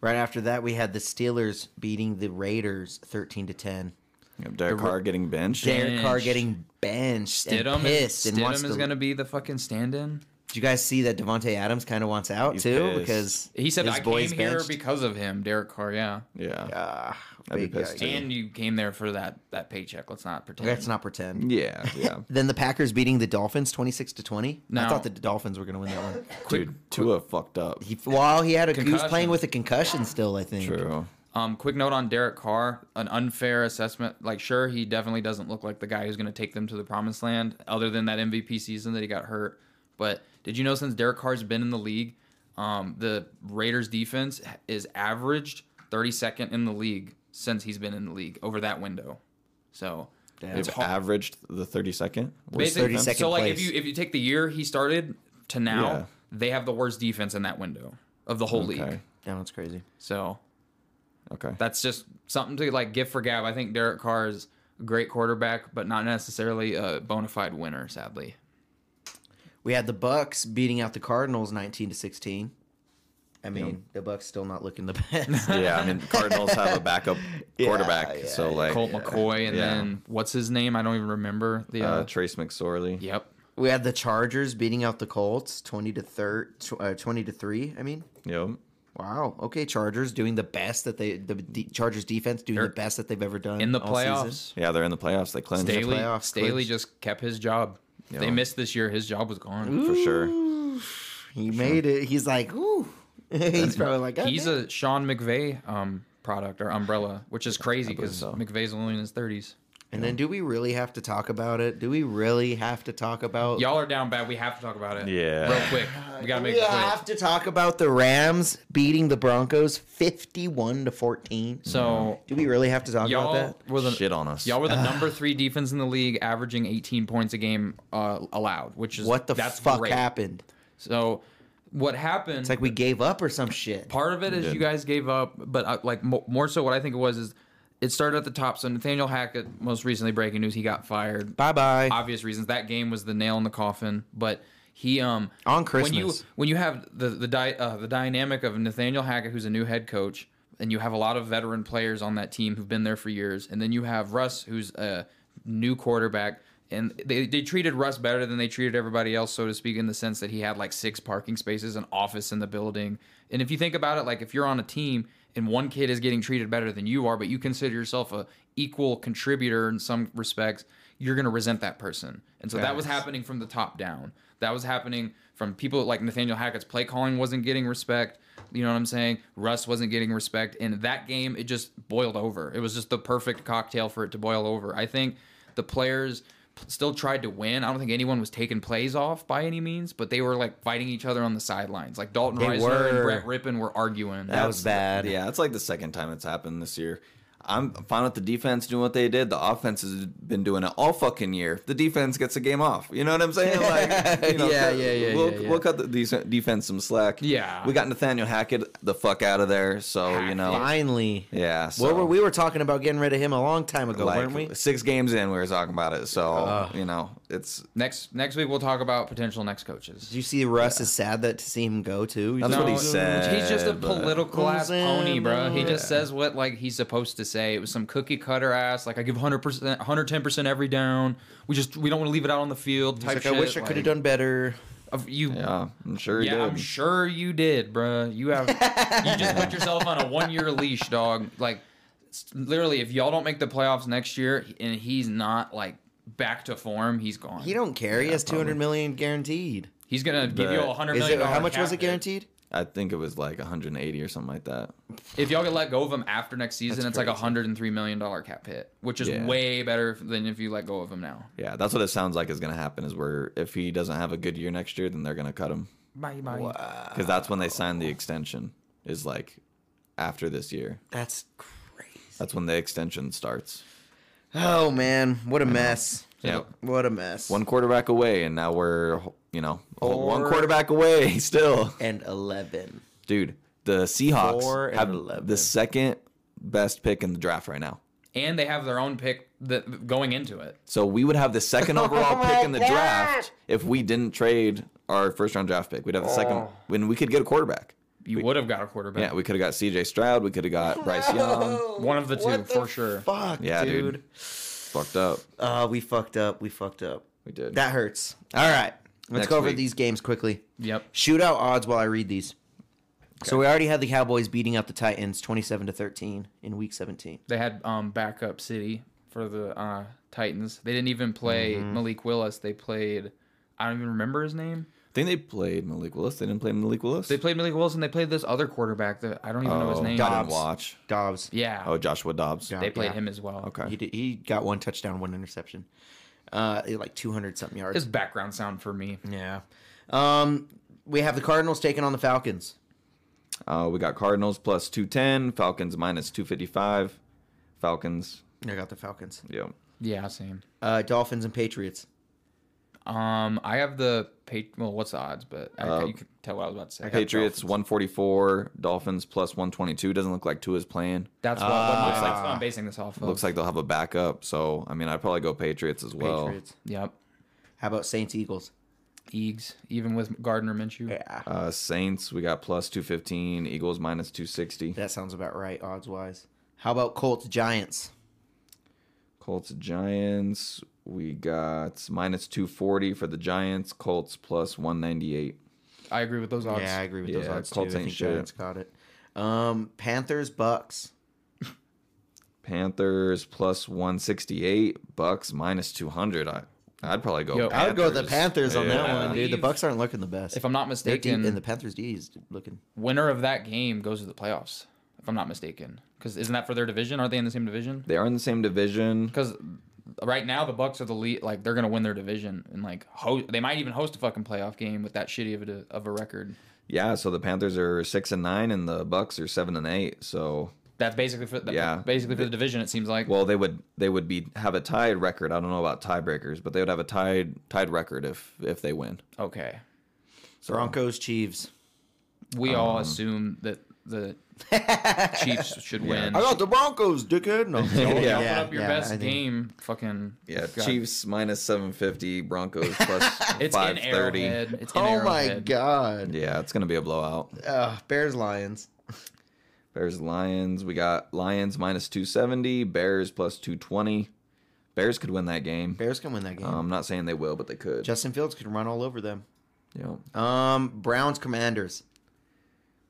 Speaker 4: Right after that, we had the Steelers beating the Raiders, thirteen to ten.
Speaker 5: Yep, Derek Carr getting benched.
Speaker 4: Derek Carr
Speaker 3: Benched.
Speaker 4: getting benched and
Speaker 3: Stidham,
Speaker 4: pissed,
Speaker 3: is,
Speaker 4: and wants
Speaker 3: Stidham is
Speaker 4: to.
Speaker 3: going to be the fucking stand-in.
Speaker 4: Did you guys see that Devonte Adams kind of wants out
Speaker 5: He's
Speaker 4: too
Speaker 5: pissed.
Speaker 4: because
Speaker 3: He said,
Speaker 4: his
Speaker 3: "I came
Speaker 4: boy's
Speaker 3: here
Speaker 4: benched."
Speaker 3: because of him, Derek Carr." Yeah,
Speaker 5: Yeah.
Speaker 4: Ah,
Speaker 5: I'd be
Speaker 4: big
Speaker 5: pissed,
Speaker 4: yikes.
Speaker 5: too.
Speaker 3: and you came there for that that paycheck. Let's not pretend.
Speaker 4: Let's not pretend.
Speaker 5: Yeah. Yeah.
Speaker 4: Then the Packers beating the Dolphins 26 to 20. I
Speaker 3: No.
Speaker 4: thought the Dolphins were going to win that one.
Speaker 3: quick.
Speaker 5: Dude, Tua fucked up.
Speaker 4: He, well, he had a he was
Speaker 3: Concussion.
Speaker 4: playing with a concussion still, I think.
Speaker 5: True.
Speaker 3: Um, quick note on Derek Carr: an unfair assessment. Like, sure, he definitely doesn't look like the guy who's going to take them to the promised land, other than that MVP season that he got hurt. But did you know since Derek Carr's been in the league, um, the Raiders' defense is averaged 32nd in the league since he's been in the league over that window. So
Speaker 5: They've averaged the 32nd. Worst
Speaker 3: Basically,
Speaker 4: 32nd
Speaker 3: so like if
Speaker 4: place.
Speaker 3: you if you take the year he started to now,
Speaker 5: Yeah.
Speaker 3: they have the worst defense in that window of the whole league.
Speaker 5: Okay.
Speaker 4: That one's crazy.
Speaker 3: So
Speaker 5: Okay.
Speaker 3: that's just something to like give for Gab. I think Derek Carr is great quarterback, but not necessarily a bona fide winner. Sadly,
Speaker 4: We had the Bucks beating out the Cardinals 19 to 16. I mean, the Bucks still not looking the best.
Speaker 5: yeah, I mean, the Cardinals have a backup
Speaker 4: Yeah,
Speaker 5: quarterback,
Speaker 4: yeah,
Speaker 5: so
Speaker 4: yeah.
Speaker 5: like uh,
Speaker 3: Colt McCoy, and
Speaker 5: Yeah.
Speaker 3: then what's his name? I don't even remember the. Uh,
Speaker 5: uh, Trace McSorley.
Speaker 3: yep.
Speaker 4: we had the Chargers beating out the Colts 20 to thir- tw- uh, 20 to 3, I mean.
Speaker 5: Yep.
Speaker 4: Wow. Okay, Chargers doing the best that they the de- Chargers defense doing
Speaker 3: They're
Speaker 4: the best that they've ever done
Speaker 3: in the
Speaker 4: all season.
Speaker 3: playoffs.
Speaker 5: Yeah, they're in the playoffs. They clinched
Speaker 3: Staley,
Speaker 4: playoffs,
Speaker 3: Staley
Speaker 4: clinched.
Speaker 3: just kept his job. They
Speaker 5: Yeah.
Speaker 3: missed this year. His job was gone.
Speaker 5: for sure.
Speaker 4: He made it. He's like, "Ooh." He's probably like, "God
Speaker 3: He's
Speaker 4: damn."
Speaker 3: a Sean McVay um, product or umbrella, which is crazy
Speaker 5: believe
Speaker 3: because
Speaker 5: so.
Speaker 3: McVay's only in his thirties.
Speaker 4: And then do we really have to talk about it? Do we really have to talk about
Speaker 3: Y'all are down bad. We have to talk about it.
Speaker 5: Yeah.
Speaker 3: Real quick. We gotta make
Speaker 4: we
Speaker 3: it quick.
Speaker 4: have to talk about the Rams beating the Broncos 51 to 14.
Speaker 3: So
Speaker 4: Do we really have to talk about
Speaker 3: y'all
Speaker 4: that?
Speaker 3: were the
Speaker 5: Shit on us.
Speaker 3: y'all were the number three defense in the league, averaging 18 points a game uh, allowed, which is
Speaker 4: What the
Speaker 3: that's
Speaker 4: fuck
Speaker 3: great.
Speaker 4: happened?
Speaker 3: So what happened?
Speaker 4: It's like we gave up or some shit.
Speaker 3: part of it is
Speaker 5: did.
Speaker 3: you guys gave up, but uh, like mo- more so, what I think it was is it started at the top. So Nathaniel Hackett, most recently breaking news, he got fired.
Speaker 4: Bye bye.
Speaker 3: Obvious reasons. That game was the nail in the coffin, but he um
Speaker 4: On
Speaker 3: when you
Speaker 4: Christmas.
Speaker 3: when you have the the di- uh, the dynamic of Nathaniel Hackett, who's a new head coach, and you have a lot of veteran players on that team who've been there for years, and then you have Russ, who's a new quarterback. And they, they treated Russ better than they treated everybody else, so to speak, in the sense that he had like six parking spaces, an office in the building. And if you think about it, like if you're on a team and one kid is getting treated better than you are, but you consider yourself a equal contributor in some respects, you're going to resent that person. And so that was
Speaker 4: Facts.
Speaker 3: happening from the top down. That was happening from people like Nathaniel Hackett's play calling wasn't getting respect. You know what I'm saying? Russ wasn't getting respect. And that game, it just boiled over. It was just the perfect cocktail for it to boil over. I think the players p- still tried to win. I don't think anyone was taking plays off by any means, but they were like fighting each other on the sidelines. Like Dalton
Speaker 4: They
Speaker 3: Reisner and
Speaker 4: were.
Speaker 3: Brett Rippon were arguing.
Speaker 4: That was bad.
Speaker 5: Yeah, it's like the second time it's happened this year. I'm fine with the defense doing what they did. The offense has been doing it all fucking year. The defense gets a game off. You know what I'm saying? Like, you know,
Speaker 4: Yeah,
Speaker 5: cut-
Speaker 4: yeah, yeah,
Speaker 5: We'll,
Speaker 4: yeah, yeah.
Speaker 5: we'll cut the de- defense some slack.
Speaker 3: Yeah.
Speaker 5: we got Nathaniel Hackett the fuck out of there. So you know,
Speaker 4: Finally.
Speaker 5: yeah. So,
Speaker 4: What were we were talking about getting rid of him a long time ago,
Speaker 5: like,
Speaker 4: weren't we?
Speaker 5: Six games in, we were talking about it. So you know, it's
Speaker 3: next next week we'll talk about potential next coaches.
Speaker 4: Did you see Russ is sad that to see him go too?
Speaker 5: That's what he
Speaker 3: No,
Speaker 5: said,
Speaker 3: He's just a
Speaker 5: but-
Speaker 3: political ass
Speaker 4: Who's in
Speaker 3: pony, bro.
Speaker 4: the-
Speaker 3: He just says what like he's supposed to say. It was some cookie cutter ass. Like I give hundred percent, hundred ten percent every down. We just we don't want to leave it out on the field. Type
Speaker 4: Like,
Speaker 3: shit.
Speaker 4: I wish I could have
Speaker 3: like,
Speaker 4: done better.
Speaker 3: of You,
Speaker 5: yeah, I'm sure he
Speaker 3: yeah,
Speaker 5: did.
Speaker 3: I'm sure you did, bruh. You have you just put yourself on a one year leash, dog. Like s- literally, if y'all don't make the playoffs next year and he's not like back to form, he's gone.
Speaker 4: He don't care. he has two hundred million guaranteed.
Speaker 3: he's gonna give
Speaker 5: But-
Speaker 3: you a hundred
Speaker 4: Is
Speaker 3: million.
Speaker 4: it how
Speaker 3: dollar
Speaker 4: much was
Speaker 3: cap
Speaker 4: it
Speaker 3: hit.
Speaker 4: guaranteed?
Speaker 5: I think it was like 180 or something like that.
Speaker 3: If y'all get let go of him after next season,
Speaker 4: That's
Speaker 3: it's like a
Speaker 4: crazy.
Speaker 3: hundred and three million dollar cap hit, which is
Speaker 5: Yeah.
Speaker 3: way better than if you let go of him now.
Speaker 5: Yeah, that's what it sounds like is going to happen. Is where if he doesn't have a good year next year, then they're going to cut him
Speaker 3: Bye bye.
Speaker 5: because that's when they signed the extension. Is like after this year.
Speaker 4: That's crazy.
Speaker 5: That's when the extension starts.
Speaker 4: Oh man, what a mess.
Speaker 5: Yep.
Speaker 4: What a mess.
Speaker 5: One quarterback away, and now we're you know one
Speaker 4: Four-
Speaker 5: quarterback away still,
Speaker 4: and eleven.
Speaker 5: dude. The Seahawks
Speaker 4: Four and
Speaker 5: have
Speaker 4: 11.
Speaker 5: the second best pick in the draft right now.
Speaker 3: And they have their own pick that going into it.
Speaker 5: So we would have the second overall
Speaker 4: Oh
Speaker 5: pick in the
Speaker 4: my God.
Speaker 5: draft if we didn't trade our first round draft pick. We'd have the second
Speaker 4: Oh.
Speaker 5: when we could get a quarterback.
Speaker 3: You would have got a quarterback.
Speaker 5: Yeah, we could have got C.J. Stroud. We could have got Bryce Young.
Speaker 3: One of the two,
Speaker 4: What
Speaker 3: for sure.
Speaker 4: Fuck,
Speaker 5: Yeah, dude.
Speaker 4: dude.
Speaker 5: Fucked up.
Speaker 4: Uh, we fucked up. We fucked up.
Speaker 5: We did.
Speaker 4: That hurts. All right. Let's
Speaker 5: Next
Speaker 4: go over
Speaker 5: week.
Speaker 4: these games quickly.
Speaker 3: Yep.
Speaker 4: Shootout odds while I read these. So we already had the Cowboys beating out the Titans 27 to 13 in week 17.
Speaker 3: They had um backup city for the uh Titans. They didn't even play Malik Willis. They played I don't even remember his name.
Speaker 5: I think they played Malik Willis. They didn't play Malik Willis.
Speaker 3: They played Malik Willis and they played this other quarterback that I don't even know his
Speaker 5: oh,
Speaker 3: name.
Speaker 5: I
Speaker 4: Dobbs.
Speaker 5: didn't watch.
Speaker 4: Dobbs.
Speaker 3: Yeah.
Speaker 5: Oh, Joshua Dobbs.
Speaker 4: Yeah.
Speaker 3: they played
Speaker 4: yeah.
Speaker 3: him as well.
Speaker 5: Okay.
Speaker 4: He did, he got one touchdown, one interception. Uh like 200 something yards.
Speaker 3: His background sound for me.
Speaker 4: yeah. Um we have the Cardinals taking on the Falcons.
Speaker 5: Uh, we got Cardinals plus 210, Falcons minus 255. Falcons.
Speaker 4: I got the Falcons.
Speaker 5: Yep.
Speaker 3: Yeah, same.
Speaker 4: Uh Dolphins and Patriots.
Speaker 3: Um, I have the Patri- well, what's the odds? But I,
Speaker 5: Uh,
Speaker 3: you can tell what I was about to say.
Speaker 5: Patriots 144, Dolphins plus 122. Doesn't look like Tua's playing.
Speaker 3: That's what, what my, that's what I'm basing this off of.
Speaker 5: Ah. Looks like they'll have a backup. So, I mean, I'd probably go Patriots as well.
Speaker 4: Patriots.
Speaker 3: Yep.
Speaker 4: How about Saints Eagles?
Speaker 3: Eags, even with Gardner Minshew.
Speaker 4: Yeah,
Speaker 5: Uh, Saints, we got plus 215, Eagles minus 260.
Speaker 4: that sounds about right odds wise. How about Colts Giants?
Speaker 5: Colts, Giants, we got minus 240 for the Giants, Colts plus 198.
Speaker 3: I agree with those odds.
Speaker 4: Yeah, I agree with those
Speaker 5: Yeah,
Speaker 4: odds
Speaker 5: Colts
Speaker 4: too. I
Speaker 5: ain't
Speaker 4: think
Speaker 5: shit.
Speaker 4: Giants got it. Um, Panthers Bucks.
Speaker 5: Panthers plus 168, Bucks minus 200. I, I'd probably go.
Speaker 3: Yo,
Speaker 4: I would go with the Panthers on that
Speaker 5: Yeah.
Speaker 4: one, dude. The
Speaker 3: Leave.
Speaker 4: Bucks aren't looking the best.
Speaker 3: If I'm not
Speaker 4: They're deep,
Speaker 3: mistaken,
Speaker 4: and the Panthers D is looking.
Speaker 3: winner of that game goes to the playoffs. If I'm not mistaken, because isn't that for their division? Are they in the same division?
Speaker 5: They are in the same division.
Speaker 3: Because right now the Bucks are the lead. Like they're gonna win their division and like ho- they might even host a fucking playoff game with that shitty of a of a record.
Speaker 5: Yeah, so the Panthers are 6 and 9 and the Bucks are 7 and 8. So
Speaker 3: That's basically for the,
Speaker 5: Yeah.
Speaker 3: basically for the division. It seems like.
Speaker 5: Well, they would they would be have a tied record. I don't know about tiebreakers, but they would have a tied tied record if if they win.
Speaker 3: okay,
Speaker 4: Broncos Chiefs.
Speaker 3: we all
Speaker 4: Um,
Speaker 3: assume that the Chiefs should win.
Speaker 4: got the Broncos, dickhead. No,
Speaker 5: Yeah.
Speaker 3: Put up your
Speaker 4: yeah, I
Speaker 3: best
Speaker 4: think-
Speaker 3: game, fucking
Speaker 5: Yeah,
Speaker 3: God.
Speaker 5: Chiefs minus seven fifty, Broncos plus
Speaker 3: It's in
Speaker 5: five thirty.
Speaker 3: Arrowhead. It's in
Speaker 4: Oh my
Speaker 3: Arrowhead.
Speaker 4: god.
Speaker 5: Yeah, it's gonna be a blowout.
Speaker 4: Uh, Bears Lions.
Speaker 5: Bears Lions. We got Lions minus two seventy, Bears plus two twenty. Bears could win that game.
Speaker 4: Bears can win that game.
Speaker 5: Um, I'm not saying they will, but they could.
Speaker 4: Justin Fields could run all over them.
Speaker 5: yeah.
Speaker 4: Um, Browns Commanders.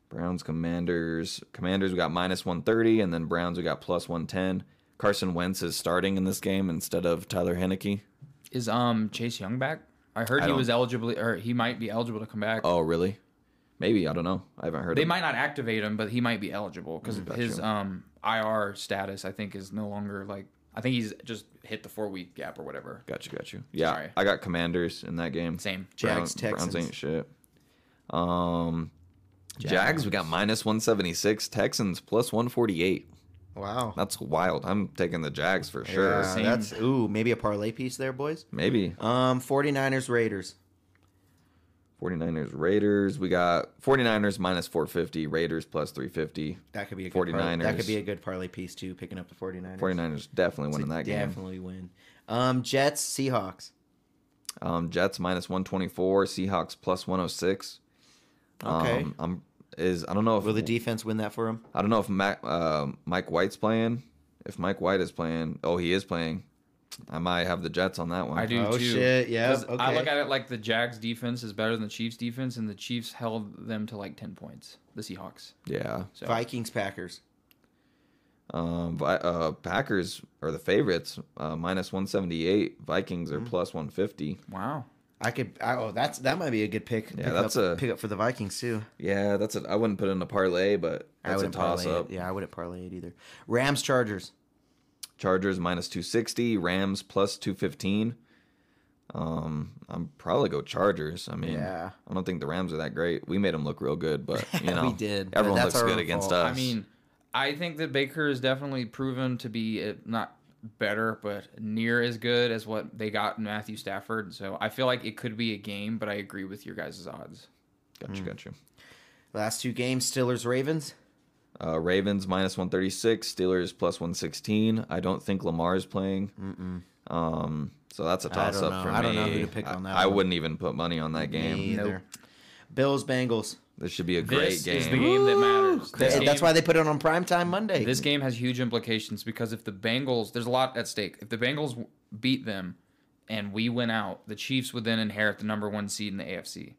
Speaker 5: Browns Commanders. Commanders we got minus one thirty, and then Browns we got plus one ten. Carson Wentz is starting in this game instead of Tyler Henneke.
Speaker 3: Is um Chase Young back? I heard
Speaker 5: I
Speaker 3: he was
Speaker 5: don't-
Speaker 3: eligible, or he might be eligible to come back.
Speaker 5: Oh, really? Maybe I don't know. I haven't heard.
Speaker 3: They
Speaker 5: of
Speaker 3: might not activate him, but he might be eligible because
Speaker 4: Mm,
Speaker 3: his
Speaker 5: gotcha.
Speaker 3: um IR status, I think, is no longer like. I think he's just hit the four week gap or whatever.
Speaker 5: Got you, got you. Yeah,
Speaker 3: Sorry.
Speaker 5: I got Commanders in that game.
Speaker 3: Same.
Speaker 4: Jags, Texans.
Speaker 5: Browns ain't shit. Um, Jags. we got minus one seventy six. Texans plus one forty eight.
Speaker 4: Wow.
Speaker 5: That's wild. I'm taking the Jags for sure.
Speaker 4: Yeah,
Speaker 3: Same.
Speaker 4: that's ooh, maybe a parlay piece there, boys.
Speaker 5: Maybe
Speaker 4: Um, 49ers Raiders.
Speaker 5: 49ers Raiders. We got 49ers minus 450, Raiders plus 350.
Speaker 4: That could be a good parlay.
Speaker 5: 49ers.
Speaker 4: That could be a good parlay piece too, picking up the 49ers.
Speaker 5: 49ers definitely
Speaker 4: It's a
Speaker 5: winning that game.
Speaker 4: definitely win. Um, Jets Seahawks.
Speaker 5: Um, Jets minus 124, Seahawks plus 106.
Speaker 4: Okay.
Speaker 5: Um, I'm is I don't know if
Speaker 4: Will the defense win that for him?
Speaker 5: I don't know if Mac, uh, Mike White's playing. If Mike White is playing, oh, he is playing. I might have the Jets on that one.
Speaker 3: I do
Speaker 4: Oh,
Speaker 3: too.
Speaker 4: shit, yeah,
Speaker 3: 'Cause I
Speaker 4: okay.
Speaker 3: look at it like the Jags defense is better than the Chiefs defense, and the Chiefs held them to like ten points. The Seahawks.
Speaker 5: Yeah.
Speaker 3: So
Speaker 4: Vikings Packers.
Speaker 5: Um, Vi- uh, Packers are the favorites, uh, minus 178. Vikings are
Speaker 4: Mm-hmm.
Speaker 5: plus 150.
Speaker 3: wow.
Speaker 4: I could. I, oh, that's that might be a good pick.
Speaker 5: Yeah,
Speaker 4: pick
Speaker 5: that's
Speaker 4: up,
Speaker 5: a-
Speaker 4: pick up for the Vikings too.
Speaker 5: Yeah, that's it. I wouldn't put it in a parlay, but
Speaker 4: I
Speaker 5: that's a
Speaker 4: wouldn't
Speaker 5: toss
Speaker 4: parlay
Speaker 5: up.
Speaker 4: it. Yeah, I wouldn't parlay it either. Rams Chargers.
Speaker 5: Chargers minus 260, Rams plus 215. Um, I'm probably go Chargers. I mean,
Speaker 4: Yeah.
Speaker 5: I don't think the Rams are that great. We made them look real good, but you know,
Speaker 4: did, but
Speaker 5: Everyone
Speaker 4: that's
Speaker 5: looks
Speaker 4: our
Speaker 5: good
Speaker 4: own
Speaker 5: against
Speaker 4: fault.
Speaker 5: us.
Speaker 3: I mean, I think that Baker is definitely proven to be uh, not better, but near as good as what they got in Matthew Stafford. So I feel like it could be a game, but I agree with your guys' odds.
Speaker 4: mm.
Speaker 5: gotcha, gotcha.
Speaker 4: Last two games Steelers Ravens.
Speaker 5: Uh, Ravens minus 136, Steelers plus 116. I don't think Lamar is playing. Um, so that's a
Speaker 4: I don't
Speaker 5: toss up
Speaker 4: know.
Speaker 5: for me.
Speaker 4: I don't know who to pick on that
Speaker 5: I, I
Speaker 4: one.
Speaker 5: wouldn't even put money on that game.
Speaker 4: Me either. Bills Bengals.
Speaker 5: This should be a great
Speaker 3: this
Speaker 5: game.
Speaker 3: is the game that matters. This
Speaker 4: Hey,
Speaker 3: game,
Speaker 4: That's why they put it on primetime Monday.
Speaker 3: this game has huge implications because if the Bengals, there's a lot at stake. If the Bengals w- beat them and we win out, the Chiefs would then inherit the number one seed in the AFC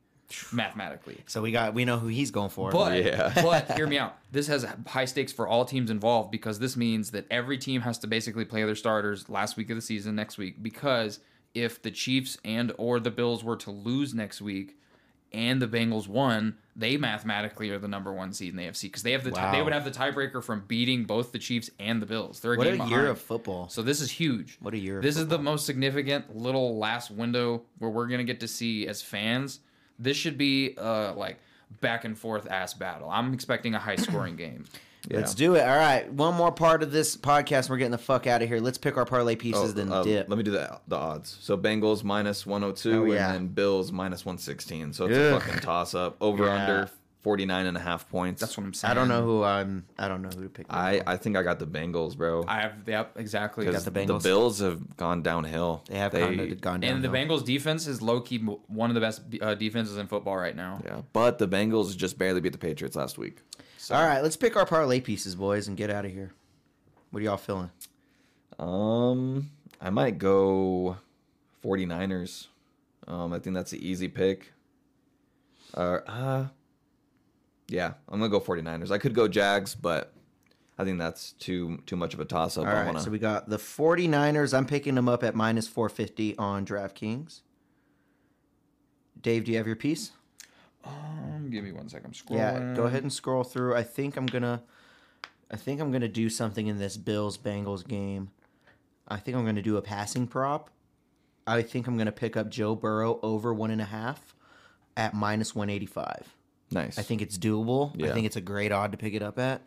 Speaker 3: mathematically.
Speaker 4: so we got we know who he's going for.
Speaker 3: But
Speaker 5: Yeah.
Speaker 3: but hear me out. This has high stakes for all teams involved because this means that every team has to basically play their starters last week of the season next week because if the Chiefs and or the Bills were to lose next week and the Bengals won, they mathematically are the number 1 seed in the AFC because they have the ti- they
Speaker 4: Wow.
Speaker 3: would have the tiebreaker from beating both the Chiefs and the Bills. They're a
Speaker 4: what a
Speaker 3: game
Speaker 4: year
Speaker 3: behind.
Speaker 4: of football.
Speaker 3: So this is huge.
Speaker 4: What a year of
Speaker 3: This is the most significant little last window where we're gonna get to see as fans. This should be uh like back and forth ass battle. I'm expecting a high scoring game.
Speaker 4: Let's do it. All right. One more part of this podcast. We're getting the fuck out of here. Let's pick our parlay pieces, then
Speaker 5: uh,
Speaker 4: dip.
Speaker 5: Let me do the the odds. So Bengals minus one hundred two,
Speaker 4: Oh, yeah.
Speaker 5: and then Bills minus one sixteen. So it's a
Speaker 4: Ugh.
Speaker 5: fucking toss up. Over
Speaker 4: Yeah.
Speaker 5: under 49 and a half points.
Speaker 3: That's what I'm saying.
Speaker 4: I don't know who I'm. I don't know who to pick.
Speaker 5: I I think I got the Bengals, bro.
Speaker 3: I have yep exactly.
Speaker 5: 'Cause
Speaker 4: got the Bengals.
Speaker 5: Bills have gone downhill.
Speaker 4: they have kind of gone down.
Speaker 3: And the Bengals defense is low key m- one of the best uh, defenses in football right now.
Speaker 5: Yeah, but the Bengals just barely beat the Patriots last week.
Speaker 4: All right. Let's pick our parlay pieces, boys, and get out of here. What are y'all feeling?
Speaker 5: Um, I might go 49ers. Um, I think that's an easy pick. Uh, uh yeah, I'm gonna go 49ers. I could go Jags, but I think that's too too much of a toss up.
Speaker 4: All
Speaker 5: I
Speaker 4: right.
Speaker 5: wanna,
Speaker 4: So we got the 49ers. I'm picking them up at minus 450 on DraftKings. Dave, do you have your piece?
Speaker 3: Um, give me one second. I'm scrolling.
Speaker 4: Yeah, go ahead and scroll through. I think I'm gonna, I think I'm gonna do something in this Bills Bengals game. I think I'm gonna do a passing prop. I think I'm gonna pick up Joe Burrow over one and a half at minus one eighty five.
Speaker 5: nice.
Speaker 4: I think it's doable. I
Speaker 5: Yeah.
Speaker 4: think it's a great odd to pick it up at.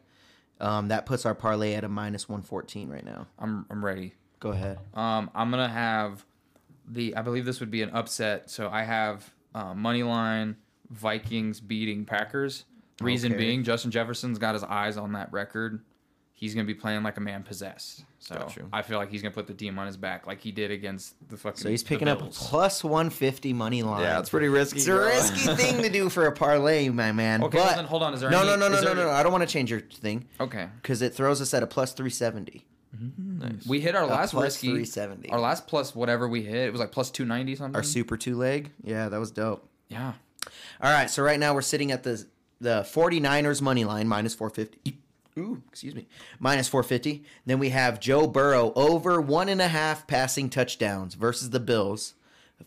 Speaker 4: Um, that puts our parlay at a minus one fourteen right now.
Speaker 3: I'm I'm ready.
Speaker 4: Go ahead.
Speaker 3: Um, I'm gonna have the. I believe this would be an upset. So I have uh, money line Vikings beating Packers. Reason
Speaker 4: Okay.
Speaker 3: being, Justin Jefferson's got his eyes on that record. He's gonna be playing like a man possessed. So
Speaker 5: Got you.
Speaker 3: I feel like he's gonna put the team on his back, like he did against the fucking.
Speaker 4: So he's
Speaker 3: the
Speaker 4: picking up
Speaker 3: Bills.
Speaker 4: plus one fifty money line.
Speaker 5: yeah, it's pretty risky.
Speaker 4: It's a
Speaker 5: bro.
Speaker 4: risky thing to do for a parlay, my man.
Speaker 3: Okay,
Speaker 4: but
Speaker 3: well then hold on. Is there
Speaker 4: no,
Speaker 3: any-
Speaker 4: no, no,
Speaker 3: is
Speaker 4: no, no,
Speaker 3: there-
Speaker 4: no, no. I don't want to change your thing.
Speaker 3: Okay.
Speaker 4: because it throws us at a plus 370.
Speaker 3: We hit our last
Speaker 4: plus
Speaker 3: risky
Speaker 4: 370.
Speaker 3: Our last plus whatever we hit, it was like plus two ninety something.
Speaker 4: Our
Speaker 5: Mm.
Speaker 4: super two leg. Yeah, that was dope.
Speaker 3: yeah.
Speaker 4: All right, so right now we're sitting at the the 49ers money line minus 450. Ooh, excuse me. Minus 450. Then we have Joe Burrow over one and a half passing touchdowns versus the Bills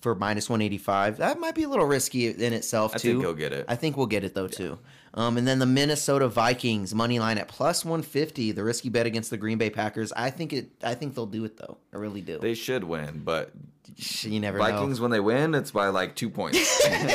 Speaker 4: for minus 185. That might be a little risky in itself,
Speaker 5: I
Speaker 4: too.
Speaker 5: think he'll get it.
Speaker 4: I think we'll get it, though, too. Um, and then the Minnesota Vikings money line at plus 150. The risky bet against the Green Bay Packers. I think it. I think they'll do it, though. I really do.
Speaker 5: They should win, but
Speaker 4: you never know.
Speaker 5: Vikings when they win, it's by like two points.
Speaker 4: it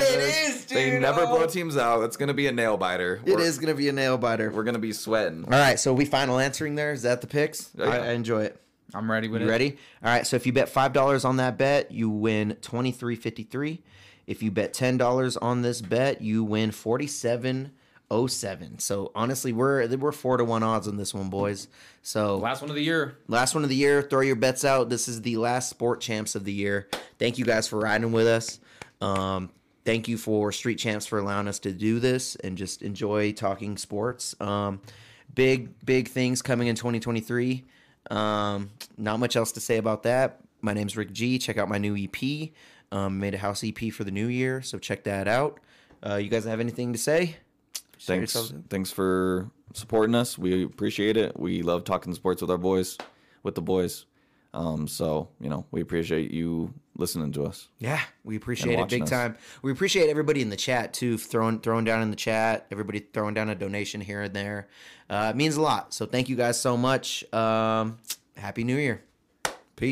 Speaker 4: is, dude.
Speaker 5: they never
Speaker 4: Oh.
Speaker 5: blow teams out. It's gonna be a nail biter.
Speaker 4: It is gonna be a nail biter.
Speaker 5: We're gonna be sweating.
Speaker 4: All right, so we final answering there. Is that the picks?
Speaker 5: Yeah.
Speaker 4: I, I enjoy it.
Speaker 3: I'm ready with
Speaker 4: You
Speaker 3: it.
Speaker 4: ready? All right, so if you bet five dollars on that bet, you win twenty three fifty three. If you bet ten dollars on this bet, you win forty seven oh seven. So honestly, we're we're four to one odds on this one, boys. So
Speaker 3: Last one of the year.
Speaker 4: Last one of the year. Throw your bets out. This is the last sport champs of the year. Thank you guys for riding with us. Um, thank you for Street Champs for allowing us to do this and just enjoy talking sports. Um, big, big things coming in 2023. Um, not much else to say about that. My name's Rick G. Check out my new EP. Um, made a house EP for the new year, so check that out. Uh, you guys have anything to say? Shout yourselves
Speaker 5: thanks
Speaker 4: out.
Speaker 5: thanks for supporting us we appreciate it we love talking sports with our boys with the boys um so you know we appreciate you listening to us
Speaker 4: Yeah, we appreciate it
Speaker 5: watching
Speaker 4: big
Speaker 5: us.
Speaker 4: time. We appreciate everybody in the chat too, throwing throwing down in the chat. Everybody throwing down a donation here and there. Uh, it means a lot. So thank you guys so much. Um, happy New Year.